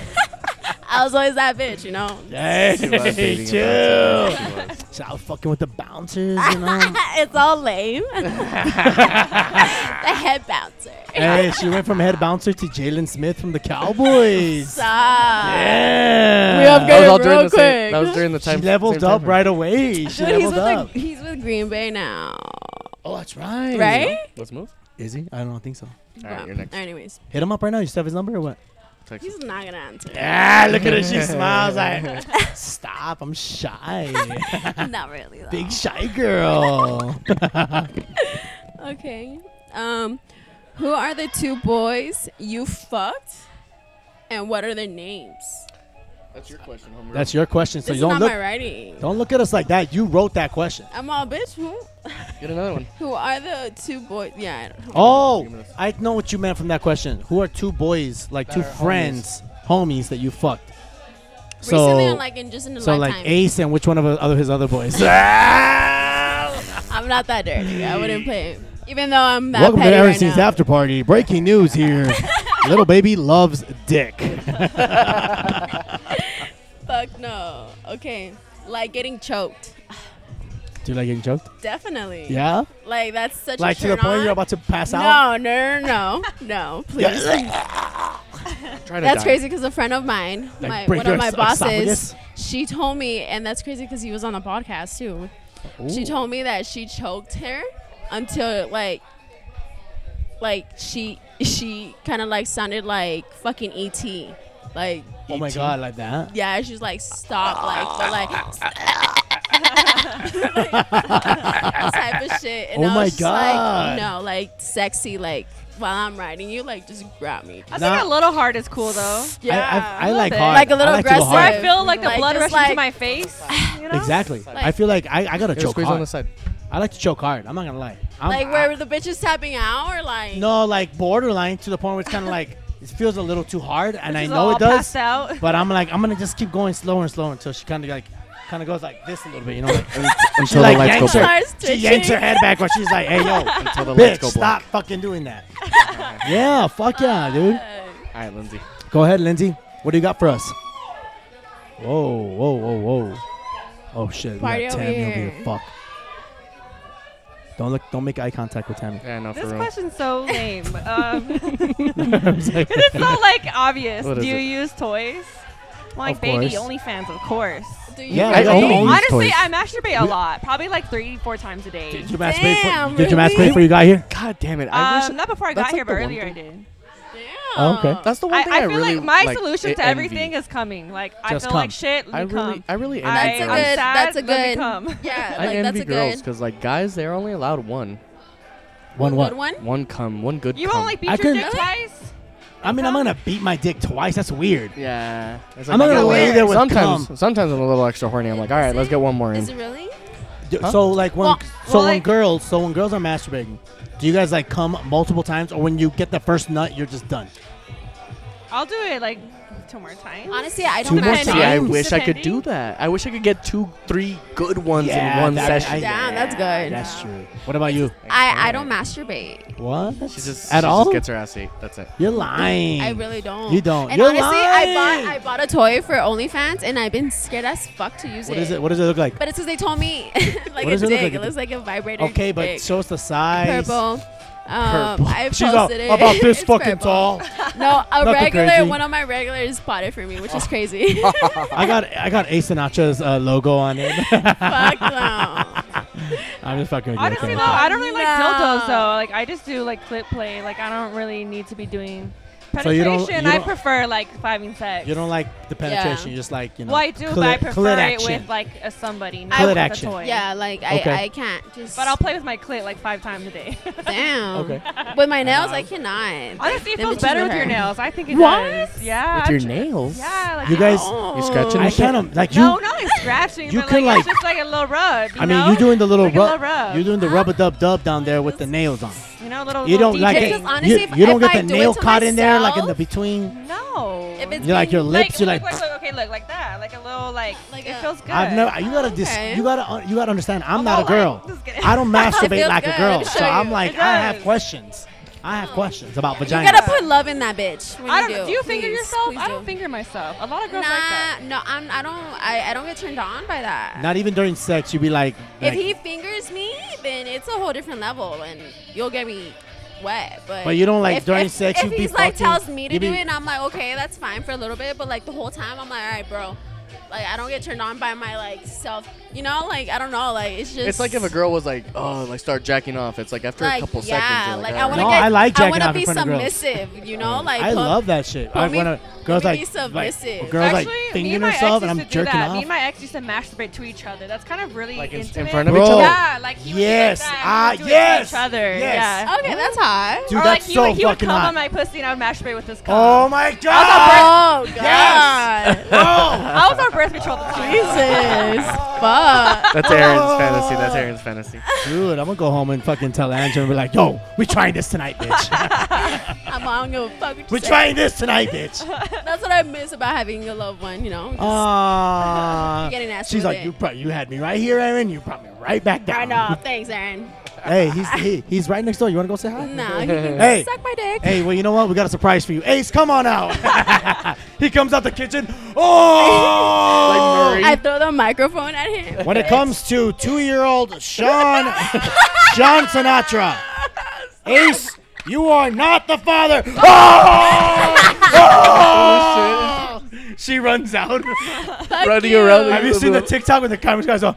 A: It. I was always that bitch, you know.
B: Hey,
D: dating a
B: chill.
D: bouncer. She was.
B: So I was fucking with the bouncers, you know.
A: it's all lame. the head bouncer.
B: hey, she went from head bouncer to Jalen Smith from the Cowboys.
A: Stop.
B: Yeah.
A: We upgraded
D: That was all
A: Real
D: during the same,
A: quick.
D: That was during the
B: She
D: time.
B: leveled
D: same time
B: up
D: frame.
B: right away.
A: Dude,
B: She
A: he's
B: leveled
A: with
B: up.
A: the, he's with Green Bay now.
B: Oh, that's right.
A: Right?
D: Let's move.
B: Is he? I don't think so.
D: All right,
A: Well,
D: you're next.
A: Anyways,
B: Hit him up right now. You still have his number or what?
D: Text us.
A: he's not gonna answer.
B: Ah, look at her. She smiles. Like, stop. I'm shy.
A: not really. Though.
B: Big shy girl.
A: Okay. Um, who are the two boys you fucked, and what are their names?
D: That's your question, homie.
B: That's your question. So
A: this
B: you
A: is
B: don't
A: not
B: look.
A: my writing.
B: Don't look at us like that. You wrote that question.
A: I'm all bitch. Who?
D: Get another one.
A: Who are the two boys? Yeah. I don't know.
B: Oh,
D: Give me this.
B: I know what you meant from that question. Who are two boys, like two
D: are homies.
B: friends, homies. that you fucked?
A: Recently,
B: So,
A: and, like in just in a
B: so like
A: lifetime.
B: Ace and which one of the other his other boys?
A: I'm not that dirty. I wouldn't play him, even though I'm that
B: Welcome to
A: petty right
B: Aaron's
A: now.
B: after party. Breaking news here: Little baby loves dick.
A: Fuck no. Okay. Like getting choked.
B: Do you like getting choked?
A: Definitely.
B: Yeah.
A: Like that's such
B: Like
A: a
B: to the
A: turn
B: point
A: on.
B: you're about to pass out.
A: no, no, no, no, no. Please.
D: Try to
A: That's
D: die.
A: crazy because a friend of mine,
B: Like
A: my,
B: break
A: one of
B: your
A: my
B: ex-
A: bosses,
B: esophagus?
A: she told me, and that's crazy because he was on the podcast too. She
B: Ooh.
A: told me that she choked her until like, like she she kind of like sounded like fucking ET, like
B: Oh my god, like that.
A: yeah, she was like stop, like but like. this type of shit. And I
B: Oh
A: was
B: my
A: just
B: God.
A: Like, no, like sexy, like while I'm riding you, like just grab me.
C: I
B: Nah.
C: think a little hard is cool though.
B: I-
A: Yeah,
B: I, I,
C: a
B: like
C: little
B: hard.
A: bit. Like a little
B: I like to go
A: aggressive.
B: hard.
A: Right.
C: I feel like the
A: Like,
C: blood
A: just
C: rushing to
A: like-
C: my face. You know?
B: Exactly. I feel like I, I gotta
D: Here,
B: choke
D: squeeze
B: hard.
D: on the side.
B: I like to choke hard. I'm not gonna lie. I'm,
A: like where the bitch is tapping out, or like
B: No, like borderline to the point where it's kind of like it feels a little too hard, and I
C: She's
B: know
C: all
B: it does.
C: Passed out.
B: But I'm like, I'm gonna just keep going slower and slower until she kind of like, kind of goes like this a little bit, you know? Like, she
D: Until
B: like
D: the lights go
B: yanks
D: black.
B: her,
A: Starts
B: she yanks her
A: twitching.
B: head back when she's like, "Hey yo,
D: Until the lights
B: bitch,
D: go
B: stop
D: black.
B: fucking doing that." yeah, fuck yeah, dude.
D: All right, Lindsay.
B: Go ahead, Lindsay. What do you got for us? Whoa, whoa, whoa, whoa! Oh shit, we
A: Party
B: got
A: over
B: Tammy over here.
A: here.
B: Fuck. Don't look. Don't make eye contact with Tammy.
D: Yeah, no, for
C: This
D: real.
C: question's so lame. Um,
B: I was like-
C: it's so like obvious.
D: What
C: Do
D: is
C: you
D: it?
C: use toys? I'm like
B: Of
C: baby,
B: course.
C: OnlyFans, of course.
A: do you
B: yeah,
D: I
B: we
D: own
B: all use
C: Honestly,
B: toys.
C: I masturbate a lot. Probably like three, four times a day.
B: Did you masturbate? before-
A: Damn,
B: did you
A: really?
B: masturbate before you got here?
D: God damn it! I wish.
C: Um, not before I got
D: that's, like,
C: here,
D: the
C: but
D: one
C: earlier I
D: thing-
C: did.
B: Oh, okay.
A: Damn.
D: That's the one
C: I,
D: thing
C: I feel
D: really
C: like my
D: like,
C: solution
D: e-
C: to everything
D: envy.
C: is coming. Like I
B: Just
C: feel
B: come.
C: like shit. Let me
D: I
C: come.
D: really, I really envy.
C: I-
A: That's a good. that's a
C: I'm sad,
D: girls.
C: let me
A: good.
C: come.
A: Yeah,
D: I
A: like
D: envy
A: that's a
D: girls
A: good.
D: because like guys, they're only allowed one.
B: One
A: Good
B: what?
A: one.
D: One cum, one good.
C: You
D: cum.
C: won't like beat
B: I
C: your
B: couldn't-
C: dick twice.
B: I mean, I'm gonna beat my dick twice. That's weird.
D: Yeah. It's
B: I'm not
D: I
B: gonna
D: got
B: lay
D: one.
B: there with
D: sometimes.
B: cum.
D: Sometimes I'm a little extra horny. I'm like, all right, let's get one more in.
A: Is it really?
B: D-
D: Huh?
B: So like when
A: Well-
B: so
C: well,
B: when
C: like-
B: girls so when girls are masturbating, do you guys like come multiple times or when you get the first nut you're just done?
C: I'll do it like two more times.
A: Honestly, I
B: Two
A: don't
B: more
A: mind.
B: times?
D: See, I
B: Times.
D: wish I could
C: Depending.
D: do that. I wish I could get two, three good ones
B: Yeah,
D: in one
B: that-
D: session.
B: I-
A: Damn, that's good.
B: That's true. What about you?
A: I, I don't masturbate.
B: What?
D: She just
B: at
D: she
B: all?
D: Just gets her ass ate. That's it.
B: you're lying.
A: I really don't.
B: You don't.
A: And
B: You're
A: honestly,
B: lying.
A: I bought I bought a toy for OnlyFans, and I've been scared as fuck to use
B: What
A: it.
B: is it? What does it look like?
A: But it's because they told me like
B: What
A: a
B: does it look
A: dick.
B: like?
A: It looks like a vibrator.
B: Okay, but
A: dick.
B: show us the size.
A: purple. Um,
B: Purple.
A: I posted
B: She's all,
A: it.
B: about this
A: It's
B: fucking
A: purple.
B: tall.
A: No, a
B: Nothing
A: regular
B: crazy.
A: one of my regulars spotted for me, which is crazy.
B: I got I got Ace Sinatra's uh, logo on it.
A: Fuck no.
B: I'm just fucking with you.
C: Honestly
B: okay.
C: though, I don't really like
A: No.
C: dildos though. Like I just do like clip play. Like I don't really need to be doing
B: So
C: penetration.
B: you don't- you
C: I
B: don't-
C: prefer like having sex.
B: You don't like the penetration.
A: Yeah.
B: You just like you know.
C: Well, I do,
B: clit-
C: but I
B: clit
C: prefer it
B: action.
C: with like a somebody,
A: Clit
C: not with
B: action.
C: a toy.
A: Yeah, like
B: Okay.
A: I, I can't just.
C: But I'll play with my clit like five times a day.
A: Damn.
B: Okay.
A: With my nails, I cannot.
C: Honestly, it
A: Them
C: feels
A: bitches
C: better
A: are
C: with your
A: hurt.
C: nails. I think it
A: What?
C: does. Yeah.
D: With your
C: I'm-
D: nails.
C: Yeah. Like
B: You guys,
A: Oh.
D: You scratching
B: I
D: this
B: can't. um, Like you.
C: no, not like scratching.
B: you
C: but
B: can,
C: like,
B: like-
C: it's just like a little rub. You
B: I mean,
C: know?
B: you doing the little
C: Like a
B: rub.
C: little rub.
B: You're doing the rub a dub dub down there with the nails on.
C: You know, little.
B: You
C: little
B: don't like
C: detailing.
B: it.
A: Because honestly,
B: you,
A: if-
B: you don't
A: if
B: get
A: I
B: the
A: do it
B: nail
A: to
B: caught in there, like in the
A: myself-
B: between.
C: No.
A: If it's
B: You're like your
A: being-
B: lips. you're
C: look,
B: like.
C: look, look, okay, look like that, like a little like,
A: Like
C: it
A: a-
C: feels good.
B: I've never. You gotta dis.
A: Okay.
B: You gotta. un- you gotta understand. I'm
C: Although,
B: not a girl.
C: Like, just kidding.
B: I don't masturbate
A: feels
B: like a
A: good,
B: girl.
A: I'm
B: So
A: sure
B: I'm
A: you-
B: like,
C: it
B: I have
C: does.
B: questions. I have questions about
A: you
B: vaginas.
A: gotta put love in that bitch. When
C: I don't.
A: you
C: Do,
A: do.
C: you finger
A: Please,
C: yourself?
A: please
C: I
A: do.
C: don't finger myself. A lot of
A: Nah,
C: girls like that.
A: no, I'm. I don't. I, I don't get turned on by that.
B: Not even during sex, you'd be like,
A: if
B: like-
A: he fingers me, then it's a whole different level, and you'll get me wet. But
B: But you don't, like,
A: if,
B: during
A: if,
B: sex,
A: If
B: you be
A: he's like
B: fucking-
A: tells me to
B: you
A: do
B: be-
A: it, and I'm like, okay, that's fine for a little bit. But like the whole time, I'm like, all right, bro. Like I don't get turned on by my like self. You know, like I don't know. Like it's just.
D: It's like if a girl was like, oh, like start jacking off. It's like after
A: Like
D: a couple
A: yeah,
D: seconds.
A: like
D: you're
A: I want to
B: No,
A: get.
B: I like
A: I
B: jacking
A: want
B: off
A: to
B: in
A: be
B: front of girls. Oh,
A: submissive. You know, like
B: I
A: put-
B: love that shit. I
A: me-
B: wanna girls
A: me
B: like,
A: be
B: like
A: submissive.
B: girls
C: Actually,
B: like
C: me
B: fingering
C: and my ex
B: herself, and
C: used
B: I'm
C: to do
B: jerking
C: that. Me
B: off.
C: and my ex used to masturbate to each other. That's kind of really
D: Like in, in
C: intimate.
D: front of
B: Bro.
D: each other.
C: Yeah, like he would
B: Yes.
C: do like that,
B: Ah,
C: we would do
B: yes.
C: It to each other.
B: Yes.
C: Yeah.
A: Okay, that's hot.
B: Dude,
C: or
B: that's
C: like he
B: so
C: would, he would
B: fucking
C: come
B: hot.
C: on my pussy and I would masturbate with his cum.
B: oh my god!
A: Oh god.
B: Oh,
C: I was on birth control at the time.
A: Jesus. Fuck.
D: That's Aaron's fantasy. That's Aaron's fantasy.
B: dude, I'm gonna go home and fucking tell Angela and be like, yo, we trying this tonight, bitch.
A: I'm, I don't give a fuck. What you
B: we
A: say.
B: trying this tonight, bitch.
A: That's what I miss about having a loved one. You know. Just-
B: Uh, Ah.
A: Getting nasty
B: She's
A: with
B: like,
A: it.
B: you pro- you had me right here, Aaron. You brought me right back down.
A: I know. Thanks, Aaron.
B: hey, he's he, he's right next door. You wanna go say hi?
A: No, he can
B: Hey.
A: suck my dick.
B: Hey, well, you know what? We got a surprise for you. Ace, come on out. he comes out the kitchen. Oh!
D: Like Murray.
A: I throw the microphone at him.
B: when it comes to two-year-old Sean, Sean Sinatra, Ace, you are not the father. Oh! She runs out.
A: Fuck
D: Running
A: you.
D: around
B: Have you seen the TikTok with the cameras guys go?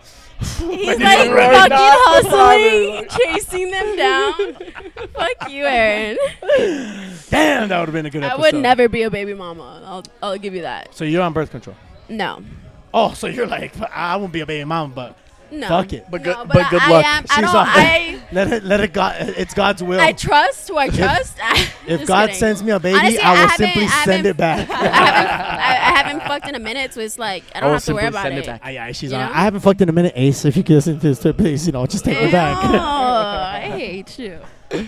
A: He's like
B: Right
A: fucking
D: now.
A: hustling, chasing them down. Fuck you, Aaron.
B: Damn, that would have been a good
A: I
B: episode.
A: would never be a baby mama. I'll, I'll give you that.
B: So you're on birth control.
A: No.
B: Oh, so you're like, I won't be a baby mom, but
A: No.
B: fuck it.
D: But
A: No,
D: good, but,
A: I-
D: good
A: I
D: luck.
A: am- I
B: She's
A: don't.
B: like-
A: I.
B: Let it, let it God. It's God's will.
A: I trust who I trust.
B: If God sends me a baby,
A: Honestly,
B: I
A: I
B: will
A: haven't-
B: simply
A: I haven't-
B: send it back.
A: I haven't, I, I haven't fucked in a minute, so it's like I don't
D: Oh,
A: have to worry
D: simply
A: about
D: send it back.
B: Aye, aye, she's
A: You
B: on.
A: know?
B: I haven't fucked in a minute, Ace. If you could listen to this, please, you know, just take
A: Ew,
B: me back.
A: I hate you.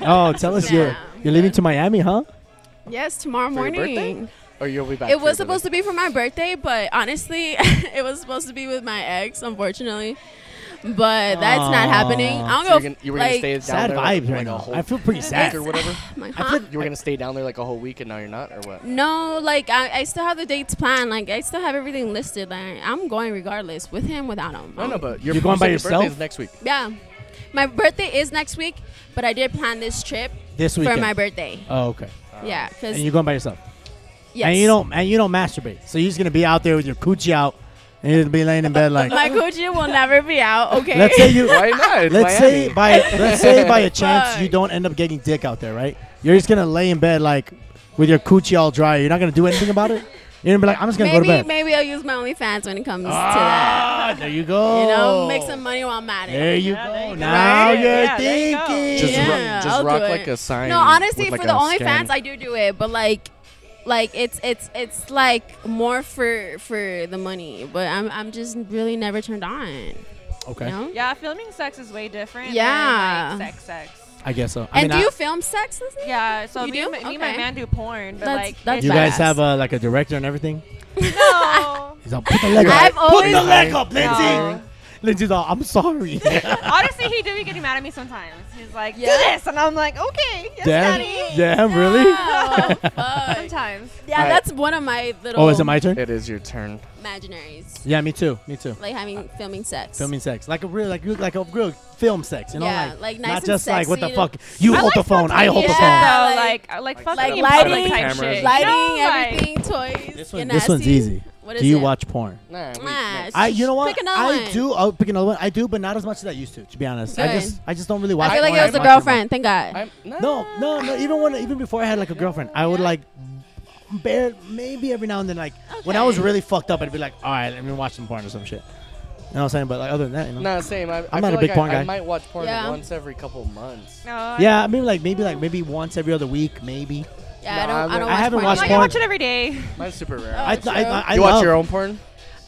B: oh, tell us
A: Nah,
B: you're
A: I'm
B: you're leaving to Miami, huh?
A: Yes, tomorrow
D: For your
A: morning.
D: birthday? Or you'll be back.
A: It was supposed to be for my birthday, but honestly, it was supposed to be with my ex, unfortunately. But that's not
B: Aw.
A: happening. I don't
D: So you're
A: go.
D: gonna, you were
A: like,
D: gonna stay down
B: Sad
D: there like,
B: vibes
D: like
B: right
D: a
B: now.
D: whole
B: I feel pretty
D: week
B: sad.
D: or whatever.
A: I'm like,
B: I
A: huh?
B: feel
D: You were gonna stay down there like a whole week and now you're not, or what?
A: No, like I, I still have the dates planned. Like I still have everything listed. Like I'm going regardless, with him, without him.
D: No,
A: I'm
D: no, but you're,
B: You're going
D: you
B: by
D: said your
B: yourself?
D: birthday is next week.
A: Yeah. My birthday is next week, but I did plan this trip
B: this weekend.
A: for my birthday.
B: oh, okay.
A: yeah, because
B: And you're going by yourself.
A: yes.
B: And you don't and you don't masturbate. So you're just gonna be out there with your coochie out, and you're gonna be laying in bed like.
A: my Gucci will never be out. Okay.
B: let's say you.
D: Why not? It's
B: Let's
D: Miami.
B: say by let's say by a chance
A: Fuck.
B: you don't end up getting dick out there, right? You're just gonna lay in bed like with your coochie all dry. You're not gonna do anything about it. You're gonna be like, I'm just gonna
A: Maybe
B: go to bed.
A: maybe I'll use my OnlyFans when it comes to that.
B: ah, there you go.
A: You know, make some money while I'm at it.
B: There you
C: Yeah,
B: go.
C: there you go.
B: Now
C: Right?
B: you're
C: Yeah, there you go.
B: thinking.
D: Just, ro-
A: Yeah,
D: just
A: I'll
D: rock
A: do
D: like
A: it.
D: a sign.
A: No, honestly,
D: with, like,
A: for the
D: a scan.
A: OnlyFans, I do do it, but like, like it's it's it's like more for for the money. But I'm I'm just really never turned on.
B: okay.
A: You know?
C: Yeah, filming sex is way different. than,
A: Yeah.
C: like, sex, sex.
B: I guess so. I
A: and
B: mean,
A: do
B: I-
A: you film sex? Leslie?
C: Yeah, so
A: You
C: me,
A: do?
C: and my- me and my
A: Okay.
C: man do porn, but
A: That's-
C: like
A: that's
B: you
C: it's-
B: guys
A: badass.
B: have a, like a director and everything?
C: no.
B: He's all, put the leg
A: I've
B: up. put
A: always-
B: the leg up, Lindsay.
C: No.
B: Lindsay's all, I'm sorry.
C: Honestly, he do be getting mad at me sometimes. He's like,
A: Yeah.
C: do this, and I'm like, okay, yes,
B: damn,
C: daddy.
B: damn, really?
A: Oh, fuck.
C: Sometimes.
A: Yeah,
D: Alright.
A: that's one of my little
B: Oh, is it my turn?
D: It is your turn.
A: imaginaries.
B: Yeah, me too. Me too.
A: Like having filming sex.
B: Filming sex, like a real, like real- like a real film sex, you know,
A: Yeah,
B: like,
A: like nice
B: not
A: and
B: just like what the
A: sexy.
B: fuck. You
C: I
B: hold
C: like
B: the phone, I hold
A: fucking-
B: the phone.
A: Yeah.
C: So
A: like-
C: like, I like,
D: Like
C: fucking
A: lighting-
C: public type
D: Cameras.
C: shit.
A: Lighting,
C: No, like-
A: everything, toys.
B: This,
A: you
B: one, this one's
A: nasty.
B: easy.
A: What is
B: do you
A: it?
B: watch porn?
D: Nah, we-
A: Nah,
D: next.
B: I, you know what?
A: Pick another
B: I
A: one.
B: do. I'll pick another one. I do, but not as much as I used to. To be honest, I
A: Good.
B: just, I just don't really watch.
A: I feel like
B: porn
A: it
B: as
A: was a
B: much anymore.
A: girlfriend. Thank God.
D: I'm, nah.
B: No, no, no. Even when, even before I had like a girlfriend, I would like, bare, maybe every now and then, like when I was
A: Okay.
B: really fucked up, I'd be like, all right, let me watch some porn or some shit. You know what I'm saying? But like other than that, you know.
D: Nah, same. I, I
B: not a
D: feel
B: big
D: like
B: porn
D: I,
B: guy.
D: I might watch porn
A: Yeah.
D: once every couple months.
C: No.
B: Yeah, I mean, like maybe, like maybe once every other week, maybe.
A: yeah, I
D: Nah,
A: don't. I
D: I
A: don't
B: I
A: watch
B: haven't
A: porn.
C: No,
B: watched
C: you
B: porn.
C: watch it every day.
D: Mine's super rare.
A: Oh,
B: I, I, I, I
D: you watch
B: love-
D: your own porn?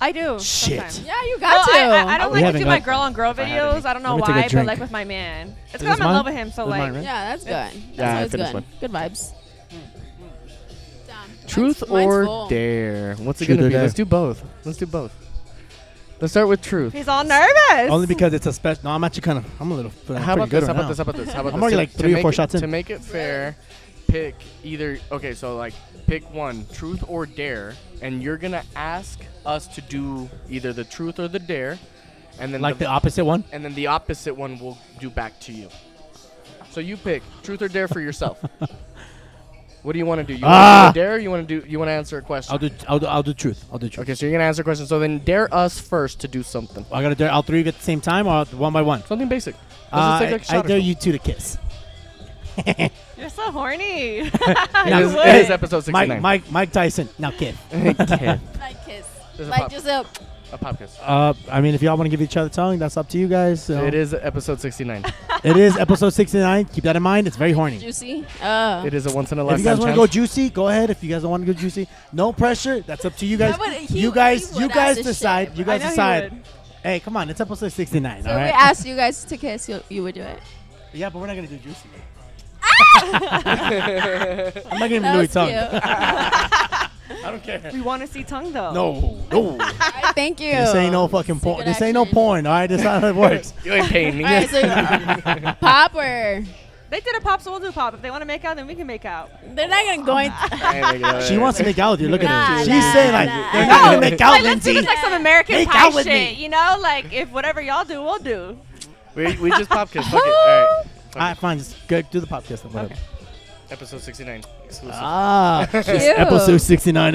C: I do.
B: Shit.
C: sometimes.
A: Yeah, you
C: No,
A: got to.
C: I, I, I don't
B: We
C: like to
B: haven't
C: do my
B: got-
C: girl on girl
D: I had any.
C: videos. I don't know
B: Let me take a
C: why, but
B: drink.
C: like with my man. It's
B: this
C: because I'm in
B: mine?
C: love with him, so
B: This is
C: like.
B: mine, right?
A: Yeah, that's good. That's
D: Yeah, I
A: always
D: finished
A: good. Good vibes.
D: Truth
A: Mine's
D: or
A: full.
D: dare? What's it
B: Truth
D: gonna
B: or
D: be?
B: dare.
D: Let's do both. Let's do both. Let's start with truth.
C: He's all nervous.
B: Only because it's a special. No, I'm actually kind of. I'm a little. I'm
D: How about,
B: pretty good
D: this? How
B: right
D: about
B: now.
D: this? How about this? How about this?
B: I'm already
D: To-
B: like
D: to
B: three or
D: make
B: four
D: it-
B: shots in.
D: To make it fair, pick either. Okay, so like pick one, truth or dare, and you're gonna ask us to do either the truth or the dare, and then
B: Like the opposite one.
D: and then the opposite one will do back to you. So you pick truth or dare for yourself. what do you want to do? You
B: Ah!
D: want to do a dare? Or you want to do? You want to answer a question?
B: I'll do. I'll do. I'll do truth. I'll do truth.
D: okay, so you're gonna answer a question. So then dare us first to do something.
B: I gotta dare all three of you at the same time or one by one.
D: Something basic. Let's
B: Uh,
D: just take a
B: I, I
D: shot or
B: dare
D: something.
B: you two to kiss.
C: You're so horny.
D: It
B: I
D: is,
C: would.
D: it is episode
B: Mike,
D: 69.
B: Mike, Mike Tyson. Now kiss.
D: Mike.
A: Like kiss.
D: There's a
A: Like
D: pop-
A: just a.
D: a podcast.
B: Uh, I mean, if y'all want to give each other tongue, that's up to you guys. So.
D: It is episode 69.
B: It is episode 69. Keep that in mind. It's very horny.
A: Juicy. Uh,
D: it is a once in a
B: If
D: lifetime
B: you guys want to
D: chance.
B: go juicy, go ahead. If you guys don't want to go juicy, no pressure. That's up to you guys.
A: Yeah, but he-
B: you guys,
A: he would
B: you
A: ask
B: guys
A: this
B: decide.
A: shit,
B: you
A: bro.
B: guys
C: I know he
B: decide.
C: would.
B: Hey, come on. It's episode 69.
A: so
B: all
A: if
B: right.
A: we asked you guys to kiss, you, you would do it.
B: yeah, but we're not gonna do juicy.
C: Ah!
B: I'm not gonna
A: That
B: do it
A: was
B: tongue.
A: cute.
B: I don't care.
C: We want to see tongue though.
B: No, no.
A: Alright, thank you.
B: this ain't no fucking porn.
A: good
B: This ain't no
A: action.
B: porn. All right. This is not how it works.
D: you ain't paying me.
A: All right, so pop or
C: They did a pop, so we'll do a pop. If they want to make out, then we can make out.
A: they're not gonna
D: Oh
A: go in.
B: She wants to make out with you. Look at her.
A: Nah,
B: She's
A: nah,
B: saying like
A: nah.
B: they're not gonna make out,
C: Like, let's do this
B: Lindsay.
C: like some American
B: Make
C: Pie
B: out with
C: shit,
B: me.
C: you know? Like if whatever y'all do, we'll do.
D: We, we just pop kiss. Fuck it. All right.
B: All right, fine. Just go do the podcast. then, Whatever.
D: Episode 69. Exclusive.
B: Ah, it's
A: Cute.
B: episode 69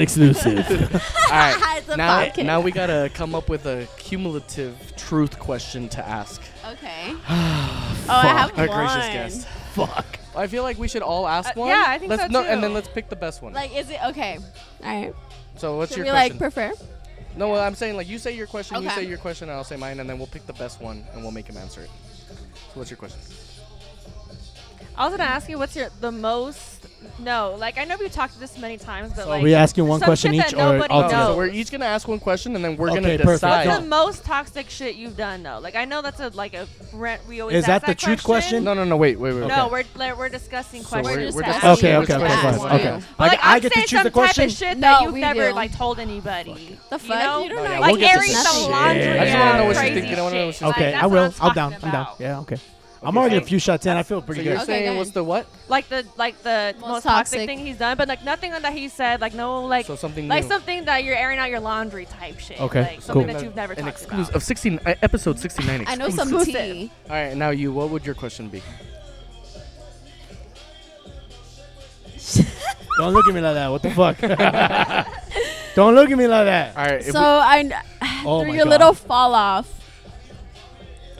B: exclusive.
D: All right.
A: It's a
D: now,
A: pop kiss.
D: now we got to come up with a cumulative truth question to ask.
A: Okay. oh, I have
D: Our
A: one.
D: gracious guest.
B: Fuck.
D: I feel like we should all ask
C: Uh,
D: one.
C: yeah, I think
D: let's,
C: so
D: No,
C: too.
D: and then let's pick the best one.
A: Like, is it okay? All right.
D: so what's
A: Should
D: your
A: we
D: question?
A: like prefer?
D: no, well, I'm saying like you say your question, you
A: Okay.
D: say your question, and I'll say mine, and then we'll pick the best one and we'll make him answer it. So what's your question?
C: I was gonna ask you, what's your the most? No, like I know we've talked this many times, but
B: Are
C: like
B: we asking one
C: some
B: question
C: shit that
B: each or
C: nobody
B: all
D: No,
C: knows.
B: together?
D: so we're each gonna ask one question, and then we're
B: Okay,
D: gonna
B: perfect.
D: decide.
C: what's the most toxic shit you've done though? Like I know that's a like a rant we always
B: Is
C: ask
B: that the truth question?
D: No, no, no. Wait, wait, Oh, wait.
C: No, we're like, we're discussing
D: So
C: questions.
D: we're-
A: just
D: we're
A: asking.
D: discussing
B: Okay,
D: which
B: okay, okay,
D: question
A: fine,
D: you
A: okay.
D: want.
C: But,
B: Like, I
C: I'm
B: get to
C: saying
B: choose the
C: some type
B: question?
C: of shit
A: No,
C: that you've
A: we
C: never
A: do.
C: like told anybody.
A: The
C: You
A: fuck?
C: know?
A: You don't
D: Oh, yeah,
A: know.
D: we'll
C: like
D: get to
C: airing
D: that
C: some
D: shit.
C: laundry.
B: I just wanna
C: out,
B: know what she's
C: crazy
D: thinking. I wanna know what she's
C: shit.
D: thinking.
B: Okay,
C: Like,
B: I
C: that's what
B: will.
C: I'm
B: I'm down.
C: talking
B: I'm down.
C: about.
B: Yeah, okay. I'm
D: Okay,
B: already a
D: so-
B: few shots in. I feel pretty
D: So you're
B: good.
A: Okay,
D: saying
A: go
D: what's
A: ahead.
D: the what?
C: like the like the
A: Most
C: most,
A: toxic.
C: toxic thing he's done, but like nothing that he said, like no like
D: So something
C: like
D: new.
C: something that you're airing out your laundry type shit.
B: Okay,
C: like, something
B: cool.
C: that you've never
D: An
C: talked
D: exclusive
C: about.
D: of 16 uh, episode 69.
A: I know some
C: Exclusive.
A: tea.
D: All right, now you. What would your question be?
B: Don't look at me like that. What the fuck? Don't look at me like that.
D: All right. if
A: So I kn-
B: Oh
A: through
B: my
A: your
B: God.
A: little fall off.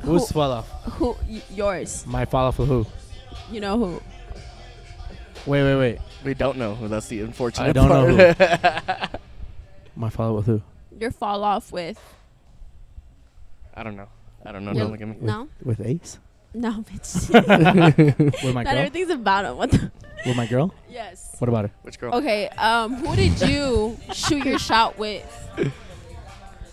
B: Who's follow?
A: Who y- yours?
B: My follow for who?
A: You know who?
B: Wait, wait, wait.
D: we, we don't know. That's the unfortunate
B: I don't
D: part.
B: know My follow with who?
A: Your fall off with
D: I don't know. I don't know.
A: Yeah.
D: Don't look at me.
B: With,
A: No?
B: With Ace?
A: no, bitch.
B: With my
A: Not
B: girl?
A: everything's about him. What the?
B: With my girl?
A: Yes.
B: What about her?
D: Which girl?
A: Okay. Um, who did you shoot your shot with?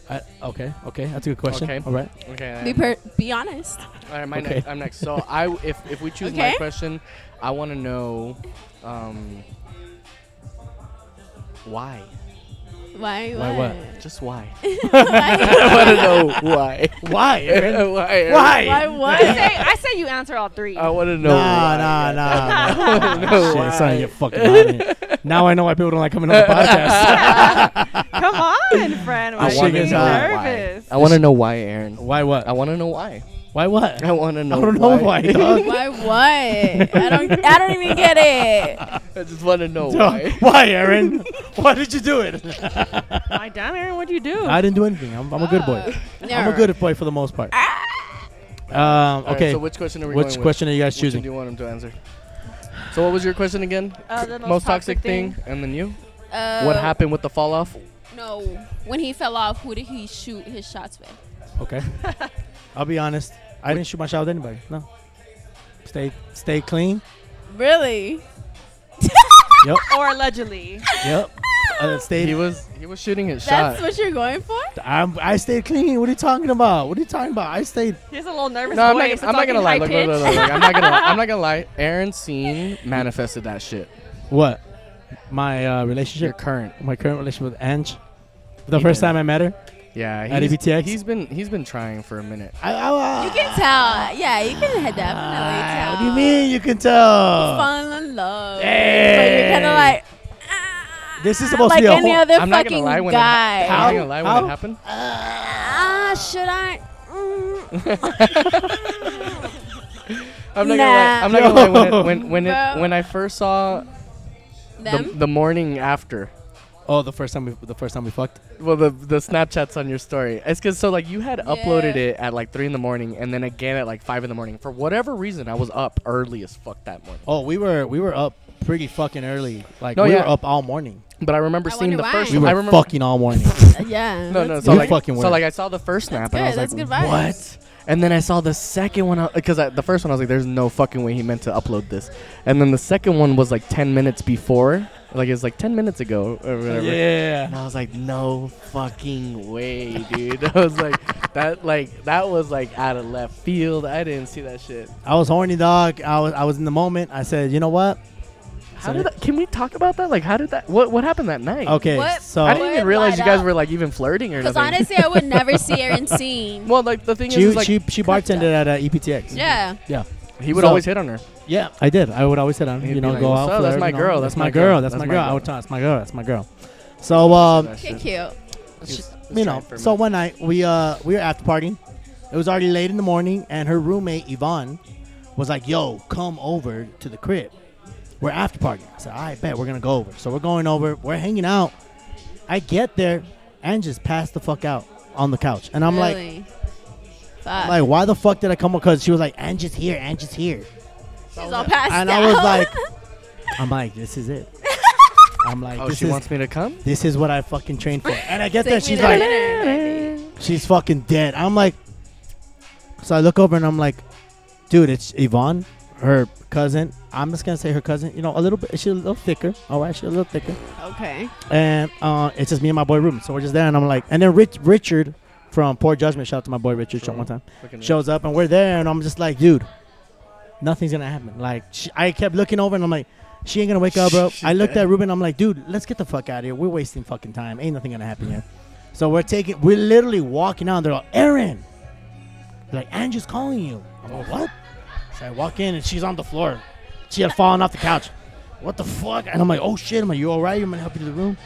B: I, okay, okay, that's a good question.
D: Okay.
B: All right.
D: Okay.
A: Be per- be honest.
D: All right, my
B: Okay.
D: next, I'm next. So I, w- if if we choose
A: Okay.
D: my question, I want to know, um, why?
A: Why?
B: Why
A: Why?
D: Just why?
A: Why?
D: I want to know why.
B: Why? Aaron?
D: why?
B: Why?
A: Why?
C: I say,
A: Why?
C: I say you answer all three.
D: I want to know.
B: Nah,
D: why.
B: nah, nah, nah.
D: No,
B: Shit,
D: why?
B: son, you're fucking lying. Now I know why people don't like coming on the podcast.
C: Come on, friend. Why
B: I
C: are you
B: wanna
C: being
B: know why.
C: nervous?
D: I want to know why, Aaron.
B: why what?
D: I want to know why.
B: Why what?
D: I
B: I
D: want to know.
B: don't know why, dog.
A: Why? Why? I don't. I don't even get it.
D: I just want to know
B: Why?
D: why.
B: why, Aaron? why did you do it?
C: Why, damn, Aaron, what'd you do?
B: I didn't do anything. I'm, I'm a good
A: Ah.
B: boy. I'm a good boy for the most part. Um,
D: All right,
B: okay.
D: so which question are we
B: which
D: going
B: question are you guys
D: with? Which
B: choosing?
D: one do you want him to answer? So what was your question again?
C: Uh, the
D: C-
C: most
D: toxic,
C: toxic
D: thing. and then you.
A: Uh,
D: what happened with the fall off?
A: No. When he fell off, who did he shoot his shots with?
B: Okay. I'll be honest. I didn't shoot my shot with anybody. No. Stay, stay clean.
A: Really?
B: Yep.
C: or allegedly.
B: Yep. Uh, stay.
D: He was he was shooting his shot.
A: That's what you're going for?
B: I'm, I stayed clean. What are you talking about? What are you talking about? I stayed.
C: He has a little nervous
D: No, I'm not,
C: voice.
D: I'm not gonna lie. Look, look, look, look, look. I'm not gonna. I'm not gonna lie. Aaron Scene manifested that shit.
B: What? My uh,
D: Your
B: relationship.
D: current.
B: my current relationship with Ange. The
D: He
B: first
D: did.
B: time I met her,
D: Yeah.
B: At
D: he's-
B: EBTX?
D: He's been he's been trying for a minute.
B: I, I,
A: You can tell. Yeah, you can definitely
B: Ah,
A: tell.
B: What do you mean? You can tell.
A: Fall in love. But you're
B: Hey.
A: kind of like. ah,
B: This is supposed
A: like
B: to be a
A: any
B: whole-
A: other
D: I'm not
A: fucking
D: gonna lie when
A: guy.
D: it ha- I'm
B: How-
D: not gonna lie
B: how-
D: when it happened.
A: Ah, should I? Mm,
D: I'm not gonna lie.
A: Nah.
D: I'm not gonna lie when it, when when it,
A: Bro.
D: when I first saw the,
A: them?
D: the morning after.
B: Oh, the first time we the first time we fucked.
D: Well, the the Snapchats on your story. It's because so like you had uploaded it at like three in the morning, and then again at like five in the morning. For whatever reason, I was up early as fuck that morning.
B: Oh, we were we were up pretty fucking early. Like
D: No,
B: we
D: yeah.
B: were up all morning.
D: But I remember
A: I
D: seeing
A: wonder
D: the
A: why.
D: first.
B: We
A: I
B: were
D: I remember
B: fucking all morning.
A: yeah.
D: No, no.
A: that's
D: So
B: You're
A: good.
D: like,
B: fucking
D: so
B: weird.
D: like, I saw the first snap and I was
A: good,
D: like,
A: that's good vibes.
D: what? And then I saw the second one because the first one I was like, there's no fucking way he meant to upload this. And then the second one was like 10 minutes before, like it was like 10 minutes ago or whatever. And
B: Yeah.
D: I was like, no fucking way, dude. I was like, that like that was like out of left field. I didn't see that shit.
B: I was horny dog. I was I was in the moment. I said, you know what?
D: How did that, can we talk about that? Like, how did that? What what happened that night?
B: Okay.
A: What?
B: So
D: I didn't
A: Word
D: even realize
A: light
D: you guys
A: up.
D: were like even flirting or
A: Because
D: nothing.
A: honestly, I would never see Aaron seen.
D: well, like the thing
B: she
D: is, is, like
B: she she bartended at uh, EPTX.
A: Yeah.
B: Yeah.
D: he would
B: so-
D: always hit on her.
B: Yeah, I did. I would always sit down,
D: He'd
B: you know,
D: be like,
B: go
D: "What's
B: out.
D: up?
B: flirt,
D: That's my
B: you know,
D: girl,
B: That's my girl. That's my girl. I would talk. That's my girl. That's my girl. So, um,
D: That
A: Okay,
D: shit.
A: cute.
B: sh-
D: Just- just
B: you
D: try
B: know,
D: it for a
B: so
D: minute.
B: one night we uh we were after partying. It was already late in the morning, and her roommate Yvonne was like, "Yo, come over to the crib. We're after partying." I said, "All right, bet we're gonna go over." So we're going over. We're hanging out. I get there and just pass the fuck out on the couch, and I'm like,
A: really? Fuck.
B: like, why the fuck did I come? Because she was like, "Angie's here, Angie's here,"
A: She's all passed
B: and I was
A: out.
B: like, "I'm like, this is it." I'm like,
D: Oh,
B: this
D: she
B: is,
D: wants me to come?
B: this is what I fucking trained for. And I
A: Take
B: get
A: me
B: there, she's
A: to
B: like,
A: dinner, baby.
B: she's fucking dead. I'm like, so I look over and I'm like, dude, it's Yvonne, her cousin. I'm just gonna say her cousin. You know, a little bit. She's a little thicker. All right, she's a little thicker.
A: Okay.
B: And uh, it's just me and my boy room. So we're just there, and I'm like, and then Rich, Richard from Poor Judgment. Shout out to my boy Richard. Shout
D: Sure.
B: one time
D: Fucking-
B: shows up, and we're there, and I'm just like, dude, nothing's gonna happen. Like, she, I kept looking over, and I'm like. She ain't gonna wake up, bro.
D: She's
B: I looked
D: dead.
B: at Ruben. I'm like, dude, let's get the fuck out of here. We're wasting fucking time. Ain't nothing gonna happen here. So we're taking, we're literally walking out. And they're like, Aaron, They're like Angie's calling you. I'm like, what? So I walk in and she's on the floor. She had fallen off the couch. What the fuck? And I'm like, oh shit. I'm like, you all right? I'm gonna help you to the room.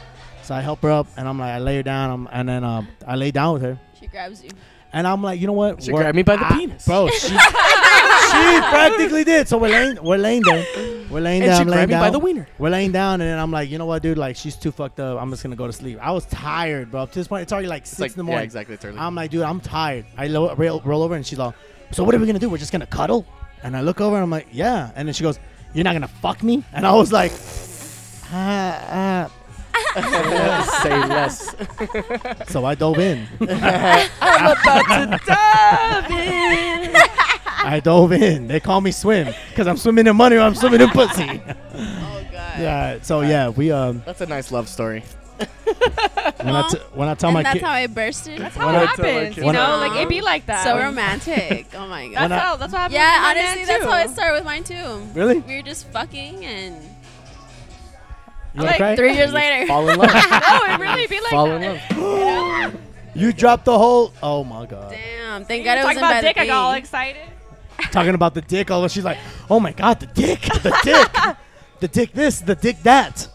B: So I help her up, and I'm like, I lay her down, i and then um, I lay down with her,
A: She grabs you.
B: and I'm like, you know what?
D: She
B: We're-
D: grabbed me by the
B: I-
D: penis.
B: bro. She, she practically did. So we're laying, we're laying there, we're laying
D: And
B: down,
D: she
B: I'm laying
D: grabbed me
B: down.
D: by the wiener.
B: We're laying down, and then I'm like, you know what, dude? Like, she's too fucked up. I'm just gonna go to sleep. I was tired, bro. Up to this point, it's already like six
D: It's like,
B: in the morning.
D: Yeah, exactly. It's early.
B: I'm like, dude, I'm tired. I lo- roll, roll over, and she's like, so what are we gonna do? We're just gonna cuddle? And I look over, and I'm like, yeah. And then she goes, you're not gonna fuck me? And I was like, ah, ah.
D: say less.
B: So I dove in.
D: I'm about to dive.
B: I dove in. They call me swim because I'm swimming in money or I'm swimming in pussy.
A: Oh god.
B: yeah. So yeah, we um.
D: That's a nice love story.
B: When I, t- when I tell
A: And
B: my
A: that's
B: kid,
A: how I bursted.
C: That's how
D: When
C: it
D: I tell my
C: happens,
D: kids-
C: you
B: When
C: know?
A: I-
C: like it be like that.
A: so romantic. Oh my god.
C: That's
B: When I-
C: how. That's what happens.
A: Yeah,
C: with my
A: honestly,
C: man,
A: that's
C: too.
A: how it started with mine too.
B: Really?
A: We were just fucking, and
B: you wanna
C: like,
B: cry?
A: three years later,
D: Fall in love.
C: No, Oh, it really be like
D: Fall
C: that.
D: in love.
B: You dropped the whole. Oh my god.
A: damn! Thank
C: You
A: God it
C: talk
A: wasn't
C: about
A: by
C: dick,
A: the
C: I got all
A: thing.
C: excited.
B: Talking about the dick. All she's like, oh my god, the dick, the dick, the dick. This, the dick that.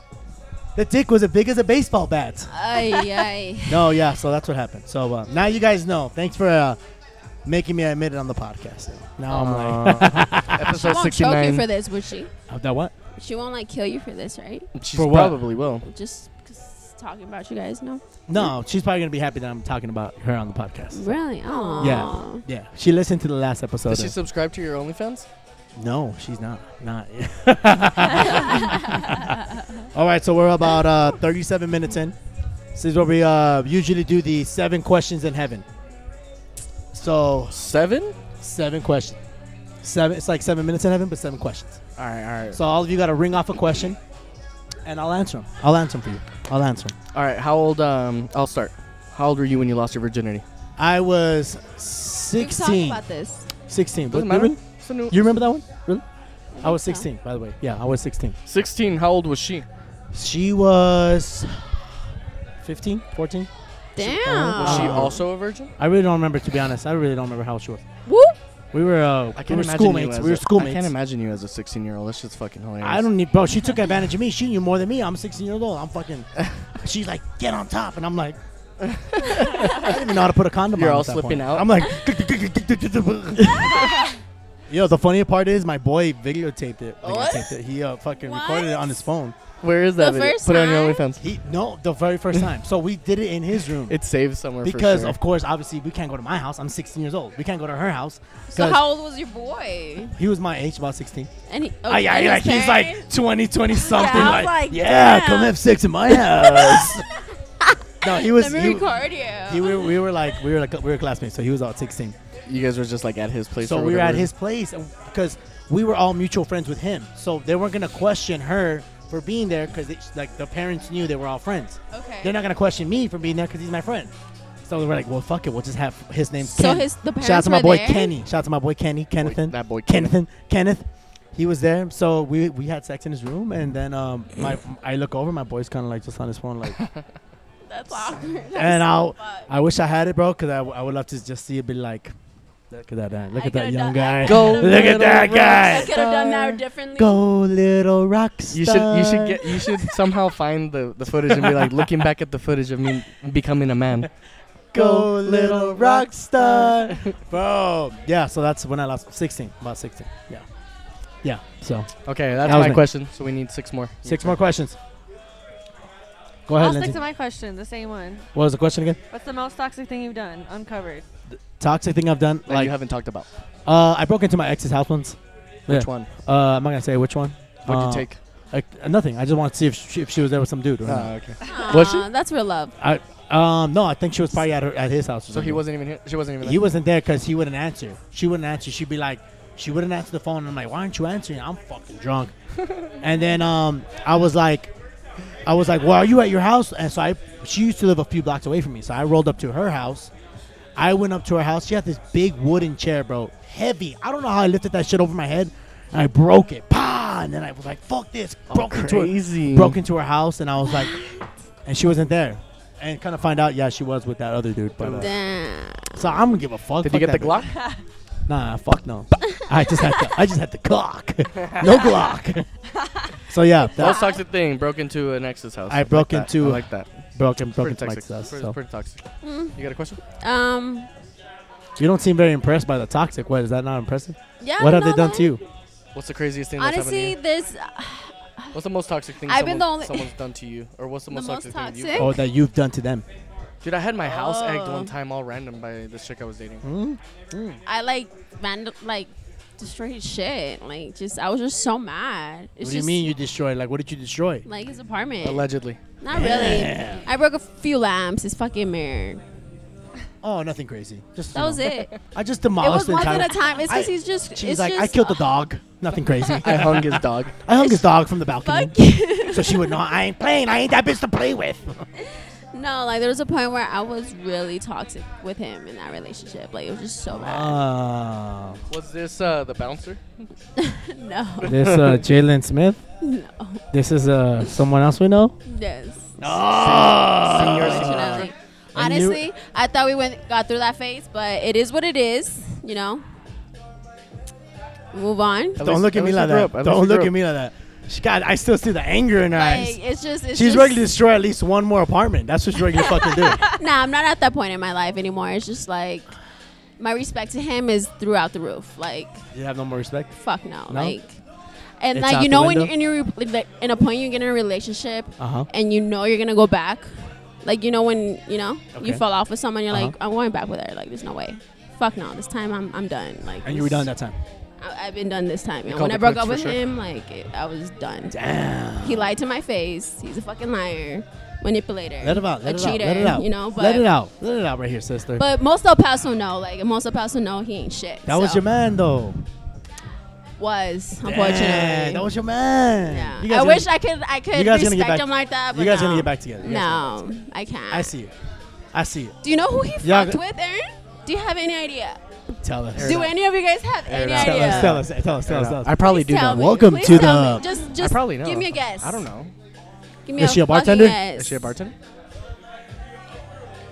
B: The dick was as big as a baseball bat.
A: Ay, ay.
B: No, yeah. So that's what happened. So uh, now you guys know. Thanks for uh, making me admit it on the podcast. Now I'm
D: Uh-huh.
B: like,
A: She
D: episode
A: won't choke you
D: 69.
A: for this, would she?
B: that what?
A: She won't like kill you for this, right?
D: She
B: For what?
D: probably will.
A: Just 'cause talking about you guys, no?
B: No, she's probably gonna be happy that I'm talking about her on the podcast.
A: Really? Oh.
B: Yeah. Yeah, she listened to the last episode.
D: Does she
B: of-
D: subscribe to your OnlyFans?
B: no, she's not. Not. All right, so we're about uh, 37 minutes in. This is where we uh, usually do the seven questions in heaven. So
D: Seven?
B: seven questions. Seven. It's like seven minutes in heaven, but seven questions.
D: All right, all right.
B: So all of you got to ring off a question, and I'll answer them. I'll answer them for you. I'll answer them.
D: All right, how old? Um, I'll start. How old were you when you lost your virginity?
B: I was
A: We've
B: 16.
A: talked about this.
B: 16.
D: Doesn't
B: What-
D: matter. It's a new-
B: You remember that one? Really? I was
A: so.
B: 16, by the way. Yeah, I was 16.
D: 16. How old was she?
B: She was 15, 14.
A: Damn.
D: Was she
B: Oh.
D: also a virgin?
B: I really don't remember, to be honest. I really don't remember how old she was.
A: Whoop.
B: We were, uh, we were schoolmates. We were
D: I
B: schoolmates.
D: can't imagine you as a 16 year old. That's just fucking hilarious.
B: I don't need, bro. She took advantage of me. She knew more than me. I'm 16 years old. I'm fucking. She's like, get on top, and I'm like, I didn't even know how to put a condom
D: You're
B: on.
D: all
B: at that
D: slipping
B: point.
D: out.
B: I'm like. Yo, the funny part is my boy videotaped it.
A: What?
B: Videotaped it. He uh, fucking recorded it on his phone.
D: Where is
A: The
D: that? video?
A: first
D: Put it on your
A: time?
D: OnlyFans.
B: He no, the very first time. So we did it in his room.
D: It's saved somewhere for
B: because
D: sure.
B: of course obviously we can't go to my house i'm 16 years old we can't go to her house
A: So
B: because
A: how old was your boy?
B: he was my age about 16
A: And he, oh,
B: Ay, ay,
A: and
B: like,
A: his
B: he's like
A: parents?
B: 20 20 something
A: Yeah, I was
B: like,
A: like,
B: yeah
A: damn.
B: come have sex in my house no he was
A: Let me
B: he,
A: record you.
B: he- we, were, we were like we were like we were classmates so he was about 16
D: you guys were just like at his place.
B: so
D: or
B: we were at
D: whatever.
B: his place and- because we were all mutual friends with him so they weren't gonna question her for being there because like the parents knew they were all friends
A: okay.
B: they're not gonna question me for being there because he's my friend so we're like well fuck it we'll just have his name
A: so his the parents
B: Shout out to
A: were
B: my boy
A: there?
B: Kenny. Shout out to my boy Kenny, Kennethan.
D: that boy
B: Kennethan. Kenneth. He was there. So we we had sex in his room and then um my I look over, my boy's kinda like just on his phone like
A: That's awkward.
B: and I'll
A: fucked.
B: I wish I had it, bro, because I, w- I would love to just see it be like look at that guy. Look
A: I
B: at that
A: could've
B: young
A: done-
B: guy.
D: Go
B: look at that
A: I
D: little
B: guy.
A: could have done that differently.
B: Go little rock
D: You should you
B: star.
D: should get you should somehow find the, the footage and be like looking back at the footage of me becoming a man.
B: Go little rock star. bro. Yeah, so that's when I lost sixteen. About sixteen. Yeah. Yeah. So
D: Okay, that's
B: That was
D: my
B: me.
D: question. So we need six more.
B: six more questions. Go ahead,
C: I'll
B: Lindsay.
C: stick to my question, the same one.
B: What was the question again?
C: What's the most toxic thing you've done uncovered?
B: Toxic thing I've done.
D: That
B: Like,
D: you haven't talked about.
B: uh, I broke into my ex's house once.
D: Which
B: Yeah.
D: one?
B: Uh, I'm not gonna say which one.
D: What'd
B: Uh,
D: you take? Ah,
B: Like, uh, nothing. I just want to see if she, if she was there with some dude. Or not.
D: okay.
A: Aw,
D: Was she?
A: That's real love.
B: I, um, no, I think she was probably at her, at his house. or
D: So he
B: something.
D: wasn't even here. She wasn't even.
B: He wasn't there because he wouldn't answer. She wouldn't answer. She'd be like, she wouldn't answer the phone. I'm like, why aren't you answering? I'm fucking drunk. and then um, I was like, I was like, well, are you at your house? And so I, she used to live a few blocks away from me. So I rolled up to her house. I went up to her house. She had this big wooden chair, bro, heavy. I don't know how I lifted that shit over my head. And I broke it, pa! And then I was like, "Fuck this!" Broke into her,
A: Mm.
D: crazy.
B: broke into her house, and I was like, and she wasn't there. And kind of find out, yeah, she was with that other dude. But uh,
A: Damn.
B: so I'm gonna give a fuck.
D: Did you
B: Fuck
D: get the
B: that bitch.
D: Glock?
B: Nah, fuck no. I just had the, I just had the cock. No Glock. so yeah, that
D: Most toxic thing. Broke into an ex's house.
B: I broke
D: like
B: into-
D: That. I like that.
B: broke and broke
D: Pretty
B: into my
D: toxic.
B: success.
D: Pretty,
B: So.
D: pretty toxic. You got a question?
A: Um.
B: You don't seem very impressed by the toxic. What is that not impressive?
A: Yeah.
B: what have
A: no,
B: they done
A: no.
B: to you?
D: What's the craziest thing
A: Honestly,
D: that's happened
A: this
D: to you? What's the most toxic thing
A: I've been
D: someone-
A: the only-
D: someone's done to you, or what's the
A: The
D: most,
A: most
D: toxic, thing you?
A: toxic?
B: Or Oh, that you've done to them?
D: Dude, I had my house egged
A: Oh.
D: one time, all random, by this chick I was dating.
B: Mm?
A: I like random like destroyed shit. Like, just I was just so mad. It's
B: what do you
A: just,
B: mean you destroyed? Like, what did you destroy?
A: Like his apartment.
D: Allegedly.
A: Not
B: Damn.
A: really. I broke a few lamps. His fucking mirror.
B: Oh, nothing crazy. Just
A: That
B: you
A: was
B: know.
A: it. it
B: I
A: was
B: just demolished the
A: one
B: entire.
A: at a time. It's because
B: I-
A: he's just.
B: She's
A: it's
B: like,
A: just,
B: I killed the dog. Nothing crazy.
D: I hung his dog.
B: I hung his dog from the balcony,
A: Fuck you.
B: so she would know I ain't playing. I ain't that bitch to play with.
A: No, like there was a point where I was really toxic with him in that relationship. Like it was just so bad.
B: Oh,
D: Was this uh, the bouncer?
A: no,
E: This uh, Jalen Smith.
A: no.
E: This is uh, someone else we know.
A: Yes.
B: Ah.
D: Senior-
A: Unfortunately. Honestly, I thought we went got through that phase, but it is what it is. You know. Move on.
D: At
B: Don't
D: least-
B: look at me
D: least
B: like
D: he grew
B: that.
D: up. At least
B: Don't
D: he
B: look
D: grew
B: at me like that. She got. I still see the anger in her
A: Like
B: eyes.
A: it's just. It's
B: She's
A: just,
B: ready to destroy at least one more apartment. That's what she's ready to fucking do.
A: Nah, I'm not at that point in my life anymore. It's just like my respect to him is throughout the roof. Like
B: You have no more respect.
A: fuck no.
B: No?
A: Like, and
B: It's
A: like
B: out
A: you
B: the
A: know when
B: window?
A: you're in your like, in a point you get in a relationship
B: Uh huh.
A: and you know you're gonna go back. Like you know when you know
B: Okay.
A: you fall off with someone, you're
B: Uh-huh.
A: like, I'm going back with her. Like there's no way. Fuck no. This time I'm I'm done. Like
B: And you were
A: this-
B: done that time.
A: I, I've been done this time. And
D: called
A: when
D: it
A: I broke
D: quits
A: up
D: for
A: with
D: sure.
A: him, like it, I was done.
B: Damn.
A: He lied to my face. He's a fucking liar, manipulator,
B: Let it out.
A: a
B: Let it out.
A: cheater.
B: Let it out.
A: You know, but
B: let it out. Let it out right here, sister.
A: but most El Paso know, like most El Paso know he ain't shit.
B: that was
A: so-
B: your man, though.
A: Was unfortunately.
B: Damn, that was your man.
A: yeah.
B: You
A: I
B: guys
A: wish
B: gonna-
A: I could. I could
B: you guys gonna get
A: respect
B: back-
A: him like that.
B: you
A: But
B: guys gonna
A: no.
B: get back together. You guys gonna
A: No, I can't.
B: I see it. I see it.
A: Do you know who he
B: Yeah,
A: fucked
B: I-
A: with, Aaron? Do you have any idea?
B: Tell us.
A: Do any of you guys have any
D: out.
A: idea?
B: Tell us. Tell us. Tell us. Tell us. Tell us.
D: I probably
A: Please
D: do
A: tell
D: know.
A: me.
B: Welcome
A: Please
B: to
A: tell
B: the-
A: me. Just,
D: I
A: just
D: probably know.
A: Give me a guess.
D: I don't know.
A: Give me
B: Is
A: a
B: she a
A: fucking
B: bartender?
A: Guess.
D: Is she a bartender?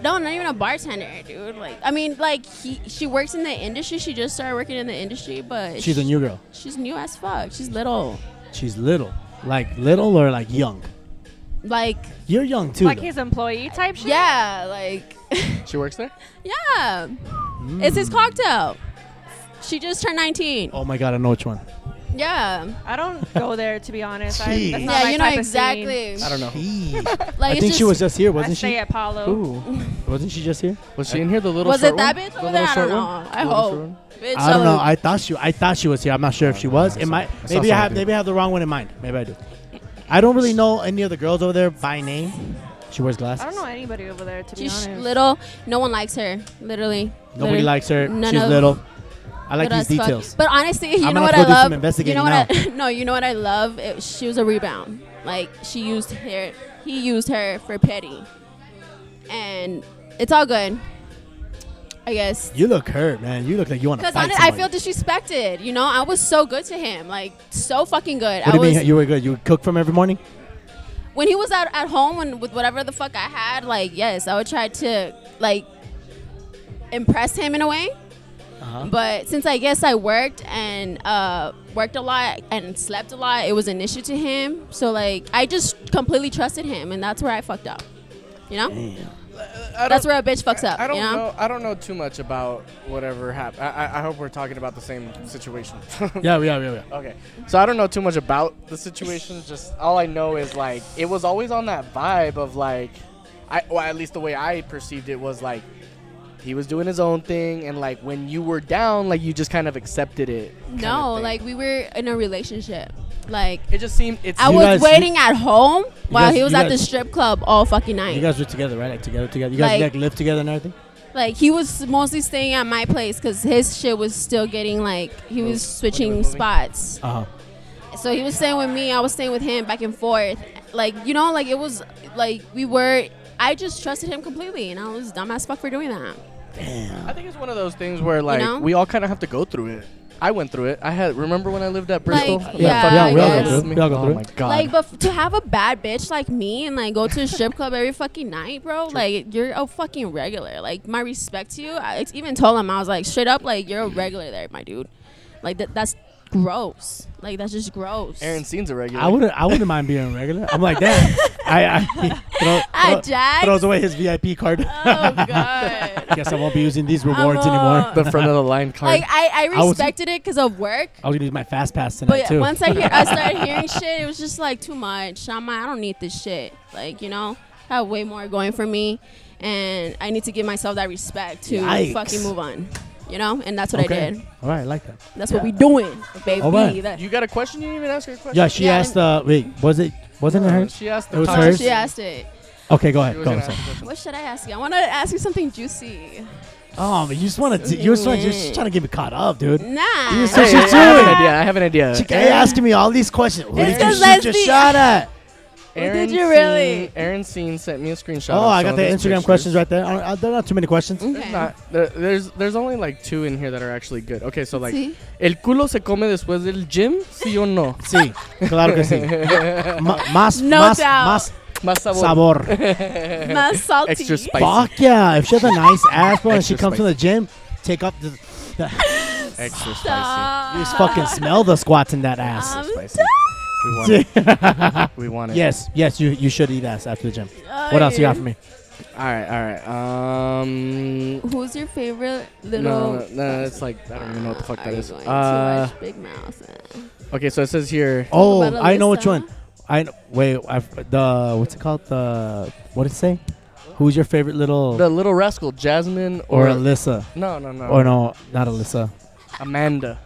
A: No, not even a bartender, dude. Like, I mean, like he, she works in the industry. She just started working in the industry, but
B: She's a new girl.
A: She's new as fuck. She's little.
B: She's little. Like little or like young.
A: Like,
B: You're young too.
C: Like
B: though.
C: his employee type shit.
A: yeah, like,
D: She works there?
A: yeah. It's his cocktail. She just turned 19.
B: Mm. oh my god, I know which one.
A: Yeah.
C: I don't go there to be honest. I, that's
B: Jeez.
C: not
A: Yeah,
C: my
A: you know
C: type of scene.
A: exactly.
D: I don't know.
B: Jeez.
A: Like,
B: I
A: it's
B: think
A: just,
B: she was just here,
C: I
B: wasn't
C: stay
B: she?
C: at Palo.
B: Ooh. wasn't she just here?
D: Was she in here? The little
A: Was
D: short
A: it that
D: one?
A: bitch
D: The
A: over there?
D: little
A: I
D: short
A: don't
D: one?
A: know. I
D: The little short
A: hope.
D: one?
A: Bitch,
B: I don't know.
A: was-
B: I thought she. I thought she was here. I'm not sure if she was.
D: I
B: It
D: saw-
B: might.
D: I saw
B: Maybe I have.
D: somebody.
B: Maybe I have the wrong one in mind. Maybe I do. I don't really know any of the girls over there by name. She wears glasses.
C: I don't know anybody over there to be
A: She's
C: honest.
A: little. No one likes her. Literally.
B: Nobody
A: Literally.
B: likes her.
A: none
B: She's
A: of-
B: little. I like
A: Little
B: these
A: as fuck.
B: details.
A: But honestly, you know
B: I'm gonna
A: what
B: go
A: I
B: do some
A: love. you
B: investigating
A: know what? I, no, you know what I love. It, she was a rebound. Like she used her, he used her for petty, and it's all good. I guess
B: You look hurt, man. You look like you want to
A: because
B: fight
A: I feel
B: somebody.
A: disrespected. You know, I was so good to him, like so fucking good.
B: What
A: I
B: do you
A: was
B: mean you were good? You would cook for him every morning?
A: when he was out at home and with whatever the fuck I had. Like yes, I would try to like impress him in a way.
B: Uh-huh.
A: But since I guess I worked and uh, worked a lot and slept a lot, it was an issue to him. So like I just completely trusted him, and that's where I fucked up. You know,
D: I
A: that's
D: don't,
A: where a bitch fucks up.
D: I don't
A: Uh, you know?
D: know. I don't know too much about whatever happened. I, I, I hope we're talking about the same situation.
B: Yeah, yeah, yeah, yeah.
D: Okay. So I don't know too much about the situation. Just all I know is like it was always on that vibe of like, I well at least the way I perceived it was like he was doing his own thing and like when you were down like you just kind of accepted it. kind
A: No,
D: of thing.
A: like we were in a relationship. Like
D: it just seemed it's
A: I
B: You
A: was
B: guys-
A: waiting at home while
B: guys-
A: he was
B: you
A: at the
B: guys-
A: strip club all fucking
B: You
A: night.
B: guys were together, right? Like together, together. You guys like,
A: Like-
B: live together and everything.
A: like he was mostly staying at my place because his shit was still getting like he was switching
D: moving.
A: spots.
B: Uh huh.
A: So he was staying with me, I was staying with him back and forth. Like, you know, like it was like we were I just trusted him completely and I was dumb as fuck for doing that.
D: I think it's one of those things where like
A: know?
D: we all kind of have to go through it. I went through it. I had remember when I lived at Bristol?
A: Like,
D: That
A: yeah,
D: fucking
A: Yeah, we all
D: girl
A: go
D: with
B: through it.
D: me?
B: Oh, We all go through
D: Oh my
B: it.
D: god.
A: Like but f- to have a bad bitch like me and like go to a strip club every fucking night, bro, like you're a fucking regular. Like my respect to you, I ex- even told him I was like straight up like you're a regular there, my dude. Like that that's gross. Like that's just gross.
D: Aaron seems a regular.
B: I wouldn't. I wouldn't mind being regular. I'm like damn. I, I throw,
A: Ah,
B: throw-
A: Jax.
B: throws away his VIP card.
A: oh god.
B: Guess I won't be using these rewards
A: I'm, uh,
B: anymore.
D: the front of the line card.
A: Like I, I
B: was-
A: respected it 'cause it because of work,
B: I was gonna use my fast pass tonight
A: But
B: too.
A: once I hear, I started hearing shit, it was just like too much. I'm like, I don't need this shit. Like, you know, I have way more going for me, and I need to give myself that respect to
B: Yikes.
A: fucking move on. You know, and that's what I
B: Okay.
A: did.
B: All right, I like that.
A: That's what we doing, baby.
B: All right.
A: That-
D: You got a question? You didn't even ask her a question.
B: Yeah, she
A: Yeah,
B: asked. Uh, wait, was it? Wasn't it
D: No,
B: hers?
D: She asked the
E: It was
D: top-
E: hers?
A: she asked it.
B: Okay, go
D: She
B: ahead.
D: was
B: Go
D: gonna
B: on.
D: ask
B: sorry.
D: a question.
A: What should I ask you? I want to ask you something juicy.
B: Oh, man, you just want to. You just want. You're just trying to get me caught up, dude.
A: Nah.
B: You So
D: Hey,
B: she's
D: I have an
B: doing-
D: idea. I have an idea.
B: She kept asking me all these questions. What
A: It's
B: did you
A: 'cause
B: shoot your
A: Leslie-
B: shot at?
A: Did you
D: Seen-
A: really?
D: Aaron Seen sent me a screenshot.
B: Oh,
D: of
B: I
D: some
B: got
D: of
B: the Instagram
D: his pictures.
B: questions right there. Uh, uh, there are not too many questions.
A: okay.
D: There's not. There, there's there's only like two in here that are actually good. Okay, so like,
A: See?
D: el culo se come después del gym, sí o no?
B: Sí, claro que sí. Ma- Más,
A: No
B: más,
A: doubt.
B: más
D: Más sabor.
B: sabor. eh,
A: Not salty.
D: Extra spicy.
B: Fuck yeah! If she has a nice ass, bro, and she
D: Extra
B: comes to the gym, take up the.
D: Extra spicy.
A: Stop.
B: You just fucking smell the squats in that ass.
A: Um,
D: Extra spicy. We want it. We want it.
B: yes, yes, you you should eat ass after the gym. What else you got for me?
D: All right. All right. Um.
A: Who's your favorite
D: No,
A: little?
D: no, no, no, it's like I don't even know what the fuck
A: Are
D: that
A: you
D: is.
A: going
D: Uh,
A: to watch Big Mouth.
D: okay, so it says here.
B: Oh,
A: What about
B: I know which
A: Alyssa?
B: one. I kn- wait. I've, the what's it called? The what did it say? Who's your favorite little
D: The little rascal, Jasmine
B: or
D: or,
B: Alyssa?
D: no, no, no,
B: Or no, not Alyssa.
D: Amanda.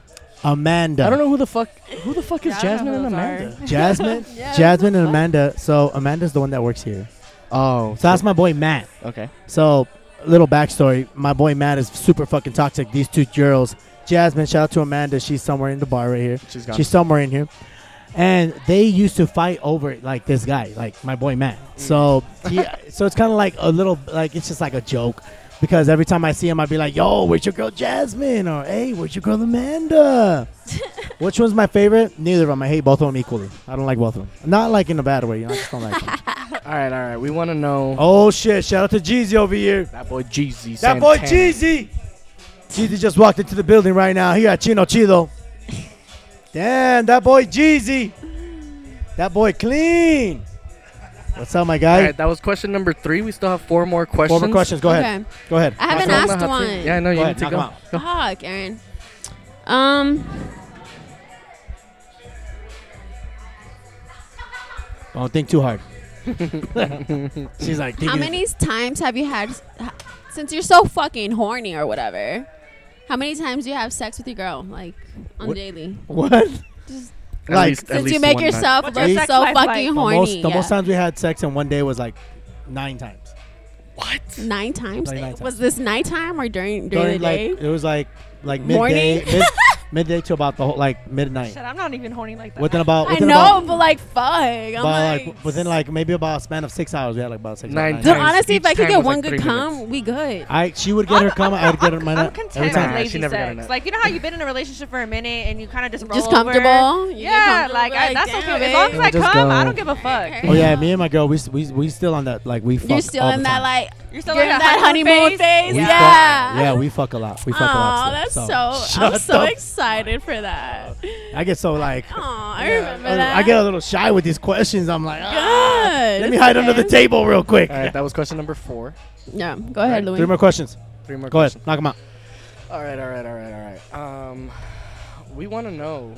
B: Amanda.
D: I don't know who the fuck who the fuck
C: Yeah,
D: is
C: I don't
D: Jasmine
C: know
D: and
C: who those
D: Amanda.
B: Jasmine.
A: Yeah,
B: Jasmine and Amanda. So Amanda's the one that works here.
D: Oh,
B: So that's my boy Matt.
D: okay.
B: So, little backstory. My boy Matt is super fucking toxic. These two girls, Jasmine, shout out to Amanda. She's somewhere in the bar right here.
D: She's gone.
B: She's somewhere in here. And they used to fight over like this guy, like my boy Matt. So, yeah, so it's kind of like a little, like it's just like a joke. Because every time I see him, I'd be like, "Yo, where's your girl Jasmine?" or "Hey, where's your girl Amanda?" Which one's my favorite? Neither of them. I hate both of them equally. I don't like both of them. Not like in a bad way. You know, I just don't like them.
D: all right, all right. We want to know
B: oh shit! Shout out to Jeezy over here.
D: that boy Jeezy.
B: That boy
D: Santana.
B: Jeezy. Jeezy just walked into the building right now. He got Chino Chido. Damn, that boy Jeezy. That boy clean. What's up, my
D: All
B: guy?
D: right, that was question number three. We still have four more
B: Four
D: questions.
B: more questions. Go ahead.
A: Okay.
B: Go ahead.
A: I haven't
D: Knock 'em
A: asked
D: out.
A: one.
D: Yeah, I know you
B: Go
D: need
B: ahead.
D: to
B: Knock 'em out.
D: go. go.
A: Fuck, Aaron. Um,
B: Don't think too hard. She's like,
A: how
B: thinking-
A: many times have you had? Since you're so fucking horny or whatever, how many times do you have sex with your girl, like on
B: What-
A: daily?
B: What?
A: Just-
D: At
B: Like-
D: least- at
A: Since
D: least
A: you make
D: one night.
A: yourself
C: What's
A: look
C: your
A: so
C: sex life
A: fucking
C: like?
A: horny.
C: The
B: The most, the
A: yeah.
B: most times we had sex in one day was like nine times.
A: Nine times?
B: Like nine
A: Was this nighttime or during during, the
B: like
A: day?
B: it was like like
A: Morning?
B: midday, mid, midday to about the whole like midnight.
C: Shit, I'm not even horny like that.
B: Within
D: uh,
B: about
A: I
B: within
A: know,
B: about,
A: but like, fuck. I'm
B: about
A: like,
B: like, within like maybe about a span of six hours we had like about six
D: Nine
B: hours.
A: Dude,
D: times.
A: honestly, if
D: Each
A: I could
D: time
A: get
D: was,
A: one
D: like,
A: good
D: three
A: cum,
D: minutes.
A: we good.
B: I she would get her cum, I would get her mine
C: I'm,
B: out
C: content
B: every
C: with
D: time.
B: time.
D: Nah, she
C: lazy
D: never got
C: sex.
D: enough.
C: Like you know how you've been in a relationship for a minute and you kind of just roll
A: Just
C: over?
A: comfortable. You get
C: Yeah,
A: comfortable,
C: like, I,
A: like,
C: that's
A: damn,
C: okay.
A: babe.
C: As long as I
E: Just
C: come, I
E: go.
C: don't give a fuck.
B: Oh yeah, me and my girl, we s- we s- we still on that like we. Fuck
A: You're still
B: all the
A: in that
B: time.
A: like
C: You're still
A: you're in
C: like a
A: that honeymoon phase.
B: We fuck-
A: Yeah.
B: yeah, we fuck a lot. We fuck a
A: Aw,
B: lot.
A: that's so.
B: still.
A: I'm
B: Shut
A: so
B: up.
A: excited for that.
B: I get so like.
A: Aw, I remember that.
B: I get a little shy with these questions. I'm like, ah,
A: good.
B: let me hide under the table real quick.
D: All right, that was question number four.
A: Yeah, go ahead, Louis.
B: Three more questions.
D: Three more
B: Go ahead,
D: questions.
B: knock them out.
D: All right, all right, all right, all right. Um, we want to know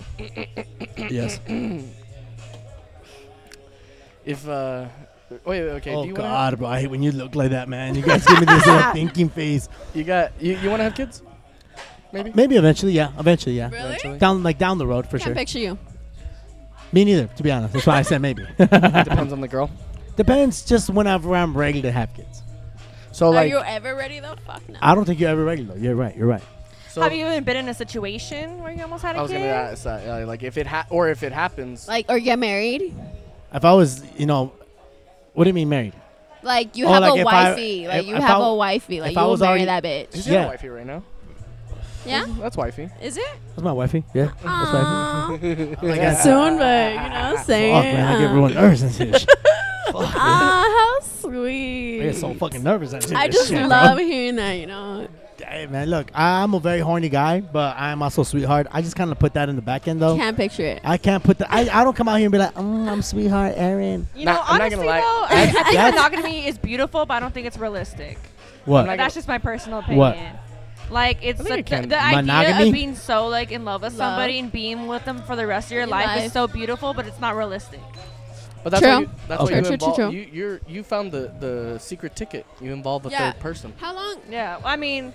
B: Yes.
D: if uh, wait, wait, okay.
B: Oh
D: do you Wanna,
B: God, bro, I hate when you look like that, man. You guys give me this little thinking face.
D: you got you, you want to have kids? Maybe.
B: Maybe eventually, yeah. Eventually, yeah.
A: Really?
D: Eventually.
B: Down like down the road for
A: Can't
B: sure.
A: picture you.
B: Me neither, to be honest. That's why I said maybe.
D: Depends on the girl.
B: Depends just whenever I'm ready to have kids.
D: So
A: Are
D: like,
A: you ever ready though? Fuck no.
B: I don't think you're ever ready though. You're right. You're right.
D: so
C: Have you even been in a situation where you almost had a
D: I was
C: kid?
D: gonna ask that, uh, like if it ha- or if it happens.
A: Like, or get married?
B: If I was, you know, what do you mean married?
A: Like you
B: Oh,
A: have a
B: like, if I-
A: wifey. like
B: if-
A: you
B: if
A: have
B: I-
A: a wifey. Like
B: if
A: you
B: I
A: will
B: was
A: marry
B: already-
A: that bitch.
D: He's got
B: yeah.
D: a wifey right now.
A: Yeah.
D: That's wifey.
A: Is it?
B: That's my wifey. Yeah. That's wifey.
A: Aw.
B: Like,
D: Yeah.
B: I-
A: Soon, but you know what I'm saying.
B: Fuck, man, I get ruined nervous and shit. Fuck, man.
A: Ah, how
B: I
A: sweet.
B: get so fucking nervous. and shit.
A: I
B: This
A: just
B: shit, bro.
A: love hearing that, you know.
B: Hey, man, look, I'm a very horny guy, but I'm also a sweetheart. I just kind of put that in the back end though.
A: Can't picture it.
B: I can't put that. I, I don't come out here and be like, mm, I'm sweetheart, Aaron.
C: You
D: Nah,
C: know,
D: I'm not
C: honestly though,
D: gonna lie.
C: I, I
B: That's-
C: think
B: that's-
C: monogamy is beautiful, but I don't think it's realistic.
B: What?
D: I'm not
C: That's just my personal opinion.
B: What?
C: Like it's
D: think
C: the,
D: it can.
C: the idea
B: Monogamy?
C: of being so like in love with
A: Love.
C: somebody and being with them for the rest of your
A: Your
C: life,
A: life.
C: is so beautiful, but it's not realistic.
D: But that's
A: True.
D: what you, that's what
B: Okay.
D: you
A: True, true, true,
D: involve.
A: true.
D: You you're, you found the the secret ticket. You involve a
A: Yeah.
D: third person.
A: How long?
C: Yeah, I mean,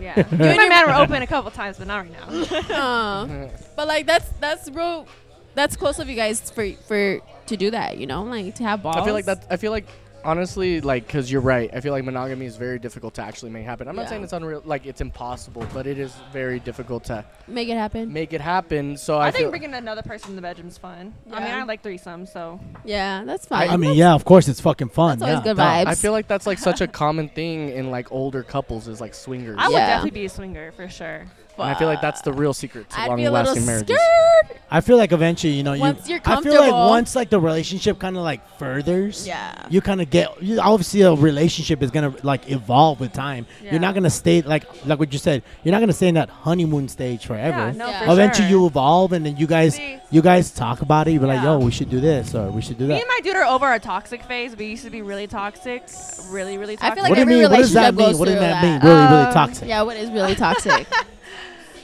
C: Yeah. you and your man were open a couple times, but not right now.
A: Uh, but like that's that's real. That's close of you guys for for to do that. You know, like to have balls.
D: I feel like that. I feel like honestly, like, cause you're right. I feel like monogamy is very difficult to actually make happen. I'm not
A: Yeah.
D: saying it's unreal, like it's impossible, but it is very difficult to
A: make it happen.
D: make it happen. So I,
C: I
D: feel
C: think bringing another person in the bedroom's fun. I mean,
A: Yeah.
C: I like threesomes, so
A: Yeah, that's fine.
B: I mean, yeah, of course, it's fucking fun.
A: That's always
B: yeah,
A: good
B: duh.
A: vibes.
D: I feel like that's like such a common thing in like older couples is like swingers.
C: I would
A: Yeah.
C: definitely be a swinger for sure.
D: and I feel like that's the real secret to
A: I'd
D: long
A: be a little
D: lasting marriages.
A: scared.
B: I feel like eventually, you know,
A: Once
B: you,
A: you're
B: I feel
A: comfortable.
B: like once like the relationship kind of like furthers.
A: Yeah.
B: You kind of get you, obviously a relationship is gonna like evolve with time.
C: Yeah.
B: You're not gonna stay like like what you said. You're not gonna stay in that honeymoon stage forever.
C: Yeah, no,
A: Yeah.
C: for
B: Eventually,
C: sure.
B: you evolve, and then you guys
C: See?
B: you guys talk about it. You're like,
C: Yeah.
B: yo, we should do this or we should do
C: Me
B: that.
C: and my dude are over our toxic phase. We used to be really toxic, really, really
A: I
C: toxic.
A: feel like
B: what do you
A: every
B: mean? What does that
A: relationship goes
B: mean? What does
A: through
B: that,
A: that.
B: mean? Really, really
C: Um,
B: toxic.
A: Yeah, what is really toxic?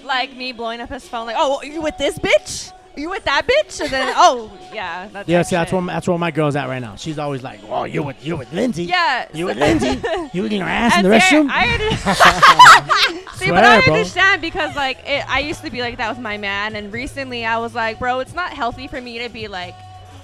C: like me blowing up his phone, like, oh, you with this bitch? You with that bitch? And then, oh, yeah. That's
B: Yeah,
C: that
B: see, that's
C: shit.
B: where that's where my girl's at right now. She's always like, "Oh, you with you with Lindsay?
C: Yeah.
B: you
C: so-
B: with Lindsay? You eating her ass in
C: And
B: the
C: there-
B: restroom?
C: I under- See, but I
B: Swear, bro.
C: understand because like it, I used to be like that with my man, and recently I was like, bro, it's not healthy for me to be like.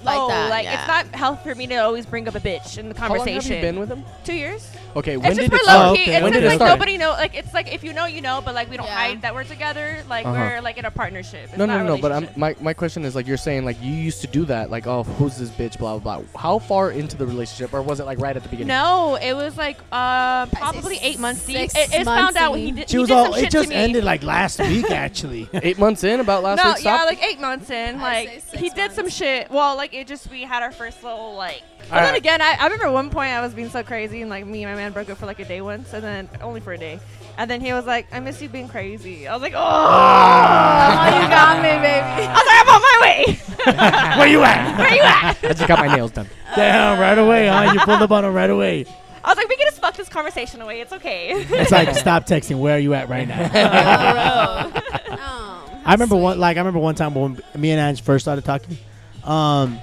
A: Like
C: oh,
A: that,
C: like
A: yeah.
C: it's not healthy for me to always bring up a bitch in the
D: How long have
C: conversation.
D: you been with him?
C: Two years.
D: Okay,
C: It's
D: when
C: just
D: did
C: for
D: it
C: low
D: start?
C: key.
B: okay.
C: It's
D: When
C: just
D: did it
C: like
D: start?
C: nobody know. Like it's like if you know, you know, but like we don't
A: Yeah.
C: hide that we're together. Like
D: Uh-huh.
C: we're like in a partnership. It's
D: No,
C: not
D: no,
C: a
D: no. But I'm,
C: relationship.
D: my my question is like you're saying like you used to do that like oh who's this bitch blah blah blah. How far into the relationship or was it like right at the beginning?
C: No, it was like uh, probably eight months deep.
A: six
C: It, it's
A: months
C: found out
A: in.
C: he did.
B: she
C: he
B: was
C: did
B: all.
C: some shit
B: It
C: to
B: just
C: me.
B: ended like last week, actually.
D: Eight months in about last
C: no,
D: week's
C: yeah,
D: topic?
C: like eight months in,
A: I'd
C: like
A: say six
C: he did some
A: months.
C: shit. Well, like it just we had our first little like. But then
D: Alright.
C: again, I, I remember one point I was being so crazy, and like me and my man broke up for like a day once, and then only for a day, and then he was like, "I miss you being crazy." I was like, "Oh,
B: Oh,
C: you got me, baby." I was like, "I'm on my way."
B: Where you at?
C: Where you at?
D: I just got my nails done.
B: Damn, right away, huh? You pulled up on her right away.
C: I was like, "We can just fuck this conversation away. It's okay."
B: It's like, stop texting. Where are you at right now? Oh,
A: Um,
B: I remember one, like, I remember one time when me and Ange first started talking. Um,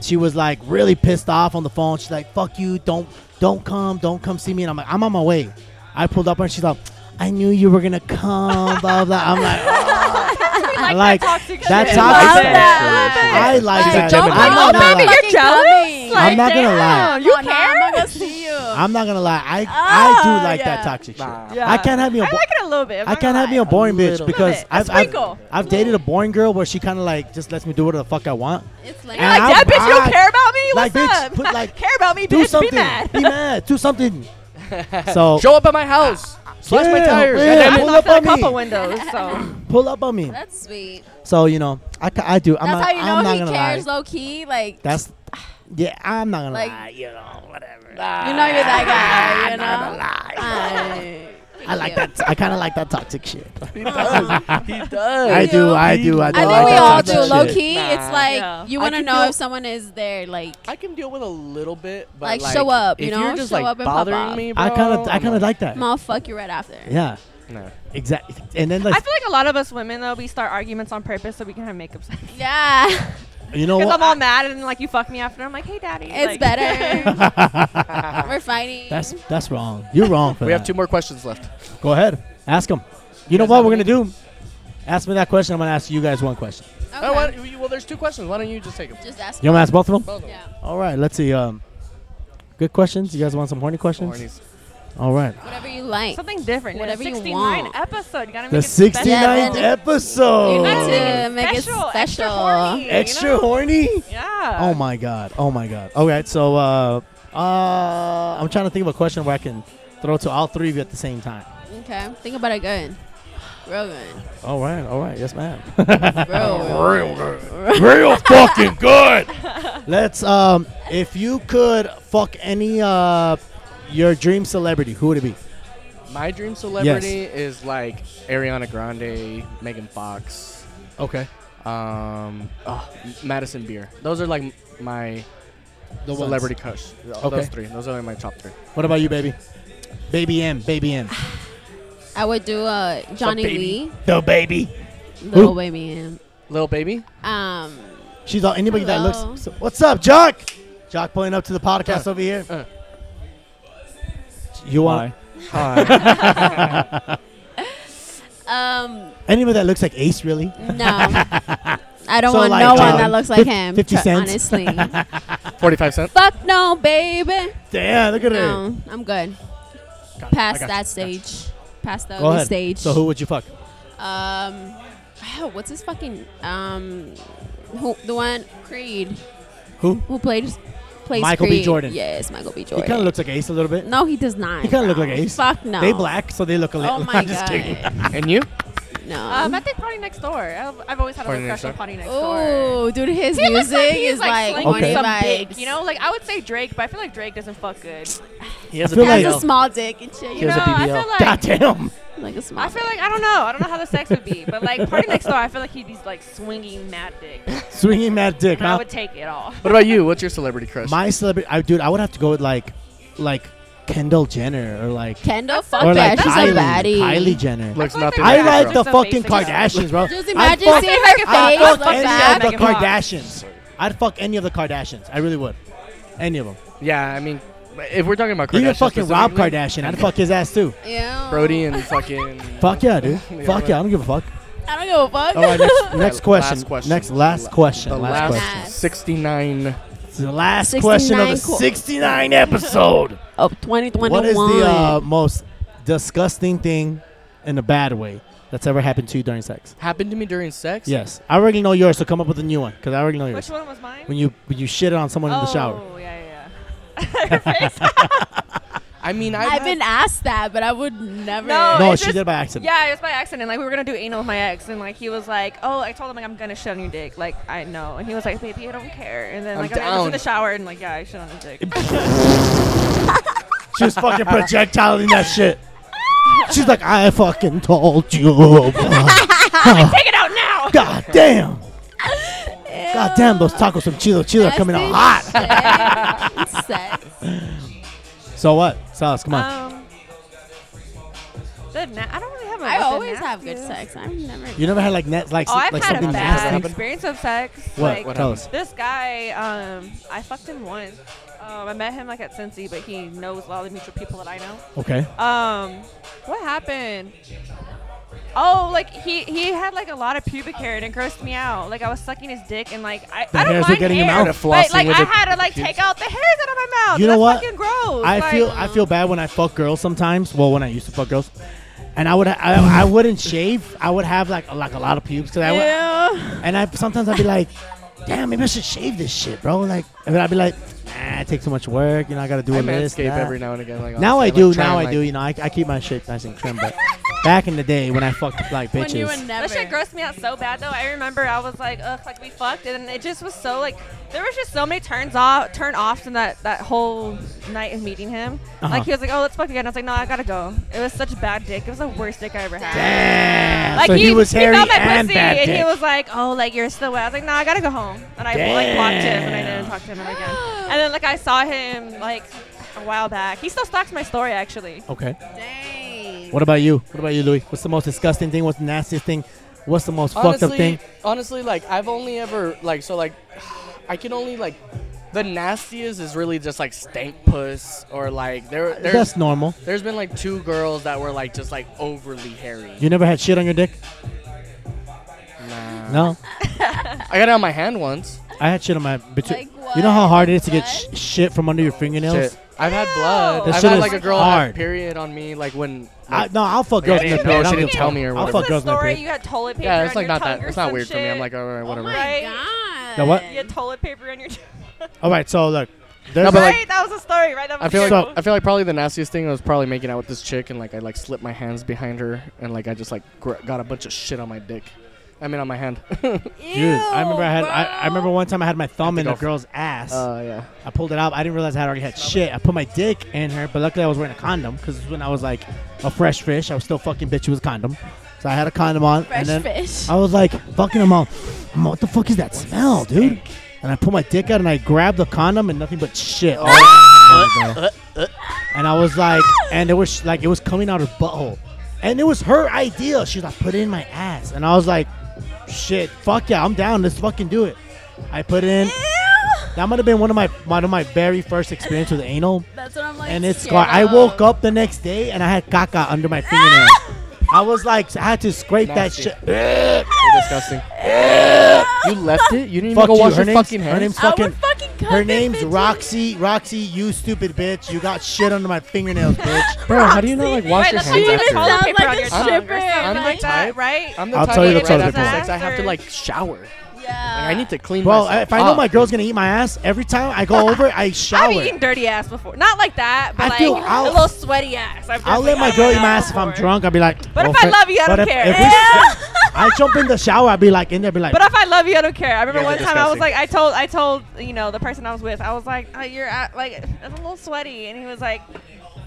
B: she was like really pissed off on the phone. She's like, "Fuck you! Don't, don't come! Don't come see me!" And I'm like, "I'm on my way." I pulled up on her. She's like, "I knew you were gonna come." Blah blah. I'm like,
C: I
B: like,
C: toxic
B: that
C: shit.
B: toxic
C: Love
B: shit.
C: that.
B: I like
A: Like,
B: that.
A: don't
B: I'm
A: come
B: not
A: over
B: gonna
A: me.
B: lie.
C: You're jealous?
A: Fucking
C: Like,
B: I'm not gonna lie.
C: damn, You
A: Come on, now,
C: care?
A: I'm not gonna see you.
B: I'm not gonna lie. I, I do
A: Ah,
B: like
A: yeah.
B: that toxic shit.
D: Nah.
C: Yeah.
B: I can't have me. A
C: I
B: bo-
C: like it a little bit. I'm
B: I
C: not
B: can't
C: gonna
B: have me
C: lie.
B: a boring bitch
D: little.
B: because
C: Little bit. A
B: I've, I've
C: sprinkle.
B: I've dated a boring girl where she kind of like just lets me do whatever the fuck I want.
A: It's
C: You're
A: like
B: And
C: like,
B: I'm
C: that bitch, you don't
B: bad.
C: care about me?
B: Like,
C: What's
B: bitch,
C: up?
B: put, like,
C: care about me,
B: Do
C: bitch.
B: something.
C: Be mad.
B: Do something. So
D: Show up at my house. Slash my
B: Yeah,
D: tires.
B: yeah.
D: Goddamn
C: I
D: it.
B: Pull
C: knocked
B: up
C: on a
B: on me.
C: couple windows, so.
B: pull up on me.
A: that's sweet.
B: So you know I, ca- I do. I'm
A: That's
B: not,
A: how you
B: I'm
A: know
B: not
A: he
B: gonna
A: cares,
B: lie.
A: low key. Like
B: That's yeah. I'm not gonna
A: Like-
B: lie. You know whatever.
A: you know you're that guy. You
B: I'm not gonna
A: know.
B: lie.
A: I,
B: I like that. I kind of like that toxic shit.
D: He does.
B: I do. I do. I do.
A: I think
B: like
A: we
B: that
A: all
B: toxic
A: do.
B: shit.
A: Low key,
D: Nah.
A: it's like
C: Yeah.
A: you
D: I
A: want to
D: can
A: know
D: feel-
A: if someone is there. Like
D: I can deal with a little bit, but
A: Like, show up, you
D: if
A: know?
D: You're just
A: Show
D: like
A: up and pop
D: bothering
A: up.
D: me, bro.
B: I kind of. I kind of like that.
A: I'll fuck you right after.
B: Yeah.
D: No.
B: Exactly. And then
C: I
B: like
C: feel like a lot of us women, though, we start arguments on purpose so we can have makeup sex.
A: Yeah,
B: you know
C: Because
B: what?
C: I'm all mad and then, like, you fuck me after. I'm like, hey, daddy.
A: it's
C: like-
A: better. We're fighting.
B: That's that's wrong. You're wrong for
D: We
B: that.
D: have two more questions left.
B: Go ahead. Ask him. You know
D: guys
B: what
D: have
B: we're going to do? Ask me that question. I'm going to ask you guys one question.
A: Okay.
D: Oh, why don't you- well, there's two questions. Why don't you just take them?
A: Just ask.
B: You want to ask both of them?
D: Both of them.
A: Yeah.
B: All right. Let's see. Um, good questions. You guys want some horny questions?
D: Hornies.
B: All right.
A: Whatever you like.
C: Something different.
A: Whatever you
C: 69
A: want.
C: episode. You gotta make
B: The
C: it special.
B: 69th
A: Yeah, man. You need
B: episode.
A: to make it
C: Special,
A: special.
C: extra horny, you know? Uh,
B: Extra horny?
C: Yeah.
B: Oh, my God. Oh, my God. All right. So uh, uh, I'm trying to think of a question where I can throw to all three of you at the same time.
A: Okay. Think about it good. Real good.
B: All right. All right. Yes, ma'am. Oh,
A: Real.
B: Real fucking good. Let's um if you could fuck any uh your dream celebrity, who would it be?
D: My dream celebrity is like Ariana Grande, Megan Fox,
B: Okay.
D: um, oh, Madison Beer. Those are like m- my
B: The
D: celebrity crush.
B: Okay.
D: Those three. Those are like my top three.
B: What about you, baby? Baby M, baby M.
A: I would do uh, Johnny
D: baby.
A: Lee,
B: The baby.
A: little baby, and
D: Little baby.
A: um,
B: She's all anybody that
A: Hello.
B: looks. So, what's up, Jock? Jock pulling up to the podcast over here.
D: uh.
B: You want?
D: Hi.
A: Um,
B: Anybody that looks like Ace, really?
A: no. I don't
B: So,
A: want
B: like,
A: no one
B: um,
A: that looks like
B: fif-
A: him.
B: 50
A: tr-
B: cents?
A: Honestly.
D: 45 cent.
A: Fuck no, baby.
B: Damn, look at her.
A: No, I'm good.
B: Got it, I
A: Past that
B: got you, got you.
A: stage. Past the
B: Go
A: ugly
B: ahead.
A: stage.
B: So who would you fuck?
A: Um, oh, what's his fucking um, who the one Creed
B: Who?
A: who played plays
B: Michael B.
A: Creed.
B: Jordan.
A: Yes, Michael B.
B: He
A: Jordan.
B: kind of looks like Ace a little bit.
A: no, he does not.
B: He kind of look
A: bro.
B: like Ace.
A: Fuck no.
B: They black, so they look a little.
A: Oh my
B: I'm just
A: god.
B: kidding.
D: And you?
A: No.
C: Um, I think Potty Next Door. I've, I've always had a
D: Potty
C: little
D: Next
C: crush on
D: Door?
C: Potty Next Door.
A: Oh, dude, his
C: He looks
A: music
C: like he's
A: is
C: like,
A: like,
C: slinging
B: Okay.
C: some
A: horny
C: dick,
A: vibes.
C: you know. Like I would say Drake, but I feel like Drake doesn't fuck good.
B: He has
E: I feel
A: He has
E: like-
A: a small dick and shit.
D: He
A: You
D: has
A: know,
D: a
C: no, I
D: BBL.
C: feel like
B: God damn.
A: like a small.
C: I feel
A: dick.
C: like I don't know. I don't know how the sex would be, but like Party Next Door, I feel like he'd be like swinging mad dick,
B: Swinging that dick,
C: and I
B: huh?
C: would take it all.
D: What about you? What's your celebrity crush?
B: My celebrity, I, dude, I would have to go with like, like Kendall Jenner or like,
A: Kendall,
B: or
A: fuck
B: like
A: yeah, she's
B: Kylie,
A: a baddie.
B: Kylie Jenner.
D: Looks
C: I feel like
D: nothing
C: they're
B: I
D: like
C: bad,
D: that,
B: like
C: bro.
B: the
C: So
B: fucking
C: basic stuff.
B: Kardashians, bro.
A: Just
B: I'd
A: imagine
B: fuck-
A: seeing her
B: I'd
A: face
B: fuck
A: like that.
B: any of the
C: Like a rock.
B: Kardashians. I'd fuck any of the Kardashians. I really would. Any of them.
D: Yeah, I mean, if we're talking about Kardashian,
B: Even fucking Rob
D: specifically,
B: Kardashian. I'd fuck his ass too.
A: Yeah.
D: Brody, and fucking.
B: Fuck yeah, dude. Fuck
D: right.
B: yeah. I don't give a fuck.
A: I don't give a fuck.
B: All right, next, next
D: Last
B: question.
D: question.
B: Next, last question.
D: The
B: last,
D: last,
B: question.
A: question.
D: 69.
B: It's the last question of the
A: 69 qu-
B: 69 episode.
A: Of 2021.
B: what is the uh, most disgusting thing in a bad way that's ever happened to you during sex?
D: Happened to me during sex?
B: Yes. I already know yours, so come up with a new one because I already know
C: Which
B: yours.
C: one was mine?
B: When you when you shit on someone
C: oh,
B: in the shower.
C: yeah, yeah, yeah. Her face.
D: I mean, I've,
A: I've
D: had-
A: been asked that, but I would never.
C: No.
B: No,
C: Oh, it's
B: she
C: just-
B: did it by accident.
C: Yeah, it was by accident. Like we were gonna do anal with my ex, and like he was like, "Oh, I told him like I'm gonna shit on your dick." Like I know, and he was like, "Baby, I don't care." And then
D: I'm
C: like I was
D: down.
C: in the shower and like, "Yeah, I shit on his dick."
B: She was fucking projectiling that shit. She's like, I fucking told you.
C: Take it out now.
B: God damn. God damn, those tacos from Chilo Chilo are coming out hot.
A: hot. Sex.
B: So what? Sauce, come on.
C: Um, the na- I don't really have. A
A: I
C: with the
A: always have good
C: napkins.
A: sex. I've never.
B: you never had like net like,
C: Oh, I've
B: like
C: had
B: something
C: a bad
B: nasty?
C: experience of sex.
B: What?
C: Like,
B: Tell us.
C: This guy, um, I fucked him once. Um, I met him like at Cincy, but he knows a lot of the mutual people that I know.
B: Okay.
C: Um, what happened? Oh, like he he had like a lot of pubic hair and it grossed me out. Like I was sucking his dick and like I,
B: The
C: I don't
B: hairs were
C: mind
B: getting in your
C: hair,
D: mouth. Flossing
C: but like
D: with
C: I
D: the
C: had to like
D: pubes.
C: take out the hairs out of my mouth.
B: You know
C: That's
B: what?
C: Fucking gross.
B: I
C: Like,
B: feel I feel bad when I fuck girls sometimes. Well, when I used to fuck girls, and I would I, I wouldn't shave. I would have like like a lot of pubes because I would,
C: Yeah.
B: and I sometimes I'd be like, damn, maybe I should shave this shit, bro. Like, and then I'd be like, nah, it takes so much work. You know, I gotta do
D: I
B: a this.
D: manscape
B: that."
D: every now and again. Like,
B: now I
D: honestly,
B: do.
D: like, try
B: now
D: and,
B: I do.
D: like-
B: You know, I, I keep my shit nice and trim. But back in the day when I fucked like
A: When you
B: bitches,
A: were never.
C: That shit grossed me out so bad though. I remember I was like, ugh, like we fucked, and it just was so like there was just so many turns off, turn offs in that that whole night of meeting him.
B: Uh-huh.
C: Like he was like, oh, let's fuck again. I was like, no, I gotta go. It was such bad dick. It was the worst dick I ever had.
B: Damn.
C: Like
B: Eh, so he, was hairy
C: felt my
B: and
C: pussy,
B: bad
C: and he
B: dick.
C: was like, "Oh, like you're still wet." I was like, "No, I gotta go home." And I like blocked him, and I didn't talk to him ever again. And then like I saw him like a while back. He still stalks my story actually.
B: okay.
A: Dang.
B: What about you? What about you, Louis? What's the most disgusting thing? What's the nastiest thing? What's the most fucked up thing?
D: Honestly, like I've only ever like so like I can only like the nastiest is really just like stank puss or like there there's
B: That's normal.
D: there's been like two girls that were like just like overly hairy.
B: You never had shit on your dick?
D: Nah.
B: No,
D: I got it on my hand once.
B: I had shit on my. But you-
A: Like
B: you know how
A: what?
B: hard it is to get sh-
A: Blood?
B: shit from under your fingernails.
D: Shit. I've had blood.
C: That
D: I've
B: shit
D: had
B: is
D: like a girl
B: hard.
D: had period on me like when
B: I,
D: like,
B: no, I'll fuck
D: Like,
B: girls
D: I
B: in the
D: didn't
B: bed.
D: know,
B: I
D: she
B: don't
D: didn't
B: give a
D: tell
B: fuck.
D: me or
B: I'll
D: whatever.
B: fuck
C: What's the
B: girls in the
C: story?
B: bed.
C: You had toilet paper.
D: yeah, it's
C: on
D: like
C: your
D: not
C: tongue
D: that.
C: or
D: It's not
C: some
D: weird to me. I'm
C: shit.
D: like all right,
A: Oh
D: whatever.
A: my
C: Right?
A: god.
B: The what?
C: you had toilet paper on your tongue.
B: All right, so look, there's
D: No, but, like,
C: right? that was a story, right? That was
D: I feel like
B: So-
D: I feel like probably the nastiest thing was probably making out with this chick and like I like slipped my hands behind her and like I just like gr- got a bunch of shit on my dick. I mean on my hand. uh
B: dude. I remember I had. I, I remember one time I had my thumb
D: I
B: in
D: think
B: a
D: I'll-
B: girl's ass.
D: Uh, yeah.
B: I pulled it out. I didn't realize I already had shit. I put my dick in her, but luckily I was wearing a condom because when I was like a fresh fish, I was still fucking bitch with a condom. So I had a condom on,
A: Fresh
B: and then
A: fish.
B: I was like fucking them all. I'm like, what the fuck is that smell, dude? And I put my dick out and I grabbed the condom and nothing but shit. All over my hand, bro. and I was like, and it was like it was coming out her butthole, and it was her idea. She was like, put it in my ass, and I was like, shit, fuck yeah, I'm down. Let's fucking do it. I put it in. That might have been one of my one of my very first experience with anal,
A: That's what I'm like.
B: and it's
A: scared
B: scar. I
A: of.
B: woke up the next day and I had caca under my fingernail. I was like, I had to scrape
D: Nasty.
B: that shit.
D: You're disgusting. you left it. You didn't
B: Fuck
D: even go
B: you.
D: wash
B: Her
D: your
B: name's,
D: fucking
B: her
D: hands.
B: name's
A: I
B: fucking.
A: would fucking cut
B: Her
A: this
B: name's
A: bitch.
B: Roxy. Roxy, you stupid bitch. You got shit under my fingernails, bitch.
D: Bro, how do you not like
C: Right,
D: wash your
C: that's why you
D: hands
C: need
D: after?
A: Sounds
C: toilet paper on
A: like
C: your
A: a
C: tongue or
A: stripper.
C: something
D: I'm
C: like
D: the
C: that,
D: type-
C: right?
D: I'm the
B: I'll
D: type
B: tell you
D: that
B: the
D: right
B: toilet
D: after
B: paper.
D: sex, I have to like shower.
A: Yeah.
D: Like, I need to clean
B: Bro,
D: myself.
B: if I know
D: up.
B: my girl's gonna eat my ass, every time I go over, I shower.
C: I've eaten dirty ass before. Not like that, but
B: I
C: like
B: feel-
C: a
B: I'll-
C: little sweaty ass. I've just,
B: I'll let
C: like,
B: my
C: I've
B: girl eat
C: done
B: my
C: that
B: ass if I'm
C: before.
B: drunk. I'll be like,
C: But if
B: "Oh,
C: I
B: fuck."
C: love you, I
B: But
C: don't
B: if-
C: care.
B: if we- I jump in the shower, I'll be like in there, be like,
C: But if I love you, I don't care. I remember
D: You guys
C: one
D: are
C: time I was
D: disgusting.
C: like, I told, I told, you know, the person I was with, I was like, oh, you're at, like, I'm a little sweaty, and he was like,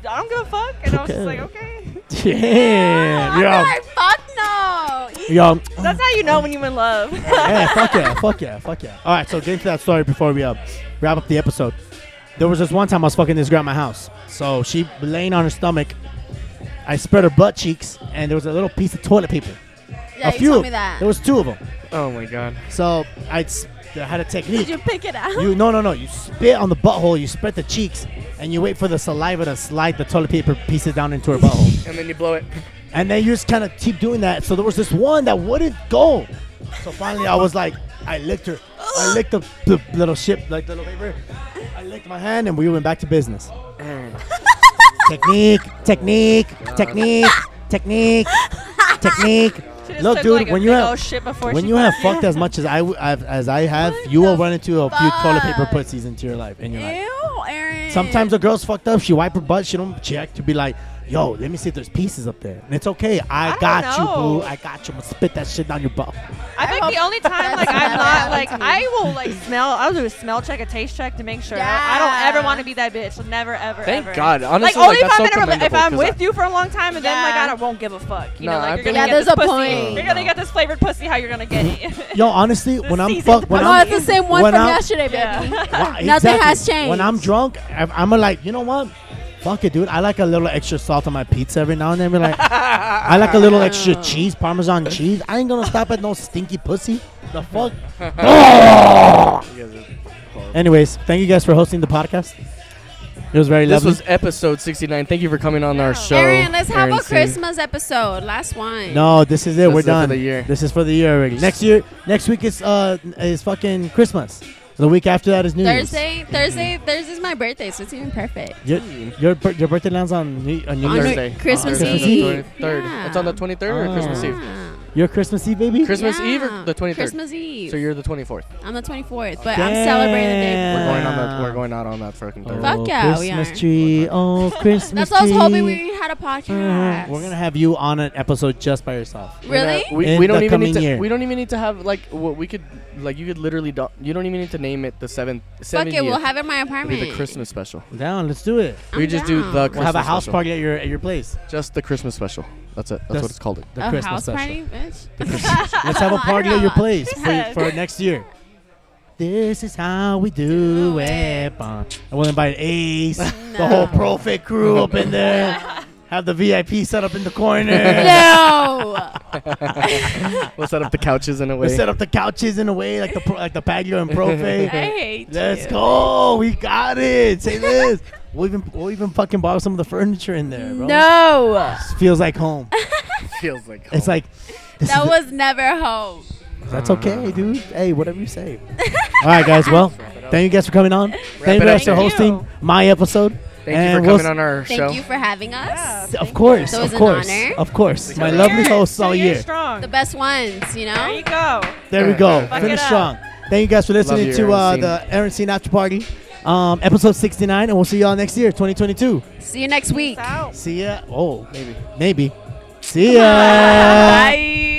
C: I don't give a fuck, and I was just like, okay.
B: damn, yo,
A: Like, fuck no. You-
B: yo,
C: That's how you know when you're in love.
B: yeah, fuck yeah, fuck yeah, fuck yeah. All right, so get into that story before we uh, wrap up the episode. There was this one time I was fucking this girl at my house. So she laying on her stomach. I spread her butt cheeks, and there was a little piece of toilet paper.
A: Yeah,
B: a
A: you
B: few.
A: told me that.
B: There was two of them.
D: Oh my god.
B: So I s- I had a technique.
A: Did you pick it up?
B: You no no no. You spit on the butthole. You spread the cheeks, and you wait for the saliva to slide the toilet paper pieces down into her butthole.
D: And then you blow it.
B: And then you just kind of keep doing that. So there was this one that wouldn't go. So finally, I was like, I licked her. I licked the, the little ship, like the little paper. I licked my hand, and we went back to business. technique, technique, technique, technique, technique.
C: She just
B: Look,
C: took,
B: dude,
C: like, a
B: when you
C: big
B: have-
C: old shit before
B: When
C: she
B: you have
C: fucked.
B: fucked as much as I w- I've, as I have,
A: What
B: you will
A: the
B: run into a few toilet paper
A: fuck?
B: pussies into your life in your life.
A: Ew, Aaron.
B: Sometimes a girl's fucked up. She wipe her butt. She don't check to be like, "Yo, let me see if there's pieces up there." And it's okay. I,
C: don't
B: got you,
C: know.
B: boo. I got you. I'm gonna spit that shit down your butt.
C: I think the only time like
A: That's
C: I'm
A: never
C: not
A: happened
C: like
A: to me.
C: I will like smell. I'll do a smell check, a taste check to make sure. I
A: Yeah.
C: don't ever want to be that bitch. Never ever.
D: Thank
C: ever.
D: God. Honestly,
C: like
D: like,
C: only
D: that's so
C: if I'm in a, rela- if
D: commendable,
C: I'm
D: 'cause I-
C: with you for a long time and then like
A: Yeah.
C: I don't- won't give a fuck. You
D: No,
C: know,
D: I
C: like you're
D: think-
C: gonna
A: Yeah,
C: get
A: there's
C: this
A: a
C: pussy.
A: point.
C: You're gonna
D: No.
C: get this flavored pussy. How you're gonna get it?
B: Yo, honestly,
C: The
B: when I'm
C: seasoned
B: fucked, when
A: Oh,
B: I'm
A: it's the same one
B: when
A: from
B: I'm-
A: yesterday,
C: Yeah.
A: baby.
B: Wow,
A: Nothing has changed.
B: When I'm drunk, I'm, I'm a like, you know what? Fuck it, dude. I like a little extra salt on my pizza every now and then. Be like, I like a little extra cheese, Parmesan cheese. I ain't gonna stop at no stinky pussy. The fuck.
D: You guys are horrible.
B: Anyways, thank you guys for hosting the podcast. It was very
D: This
B: lovely.
D: was episode 69. Thank you for coming on our show.
A: Aaron, let's have
D: Aaron
A: a
D: C.
A: Christmas episode. Last one.
B: no, this is it.
D: This
B: We're
D: is it for
B: done.
D: the year.
B: This is for the year already. Next year, next week is uh is fucking Christmas. The week after that is New Year's.
A: Thursday, Thursday, Thursday's my birthday, so it's even perfect.
B: Your, your, bir- your birthday lands on New, on New
A: On
B: Year's.
A: New-
D: Thursday.
A: Christmas
D: Thursday,
B: Eve.
D: the 23rd.
A: Yeah.
D: It's on the 23rd or
B: Oh.
D: Christmas Eve?
A: Yeah.
B: Your Christmas Eve, baby.
D: Christmas Eve or
A: Yeah.
D: the 23rd?
A: Christmas Eve.
D: So you're the 24th.
A: I'm the 24th, but I'm celebrating the day.
D: We're
A: before.
D: going on
B: Yeah.
D: the, we're going out on that fucking
B: Oh,
D: Thursday.
A: Fuck yeah, we
B: Christmas
A: are.
B: tree. Oh, Christmas
A: That's why I was
B: tree.
A: hoping we had a
D: Mm,
A: podcast.
B: Mhm. We're gonna have you on an episode just by yourself.
D: We're gonna-
A: really?
D: We,
B: In
D: we don't
B: the
D: even need
B: coming
D: to.
B: year.
D: We don't even need to have like what we could like. You could literally. Do, you don't even need to name it the seventh.
A: Fuck it, we'll
D: 70th.
A: have it in my
D: It'll
A: apartment.
D: be the Christmas special.
B: Down, let's do it.
A: I'm
D: we just do
A: down.
D: the. Christmas
B: We'll have a house
D: special.
B: party at your at your place.
D: Just the Christmas special. That's it. That's
B: That's-
D: what it's called.
B: The
A: a
B: Christmas
A: house
B: special.
A: party, bitch.
B: Let's have a
A: I
B: party at
A: know.
B: your place for,
C: said-
B: for next year. This is how we do it. Bah. And we'll invite Ace, the
A: No.
B: whole Profit crew up in there. Have the VIP set up in the corner.
A: no.
D: we'll set up the couches in a
B: we
D: way.
B: set up the couches in a way like the pro, like the Paglio and Profit.
C: I hate
B: Let's
C: you.
B: go. We got it. Say this. We'll even we'll even fucking borrow some of the furniture in there, bro.
A: No.
B: This feels like home.
D: Feels like
B: It's like this
A: That
B: is-
A: was never hope.
B: That's okay, dude. Hey, whatever you say. All right, guys. Well, thank you guys for coming on. Thank
D: it
B: you
D: up.
B: guys for
D: Thank
B: hosting
C: you.
B: my episode.
D: Thank you
B: and
D: for
B: eh, we'll
D: coming on our
A: Thank
D: show.
A: you for having us.
C: Yeah.
B: s- Of course,
A: That was
B: of
A: an
B: course,
A: honor.
B: of course. My
D: Two
B: lovely
C: Cheers.
B: hosts
C: Two
B: all
C: years
B: year.
C: strong.
A: The best ones, you
C: There you
A: know?
C: go.
B: There we go.
D: Fuck
C: it
B: Finish
C: up.
B: strong. Thank you guys for listening
D: you,
B: to uh,
D: Aaron
B: the Aaron Scene After Party, um, episode 69, and we'll see y'all next year, 2022.
A: See you next week.
C: Peace out.
B: See ya. Oh,
D: Maybe.
B: maybe. See ya.
C: Bye.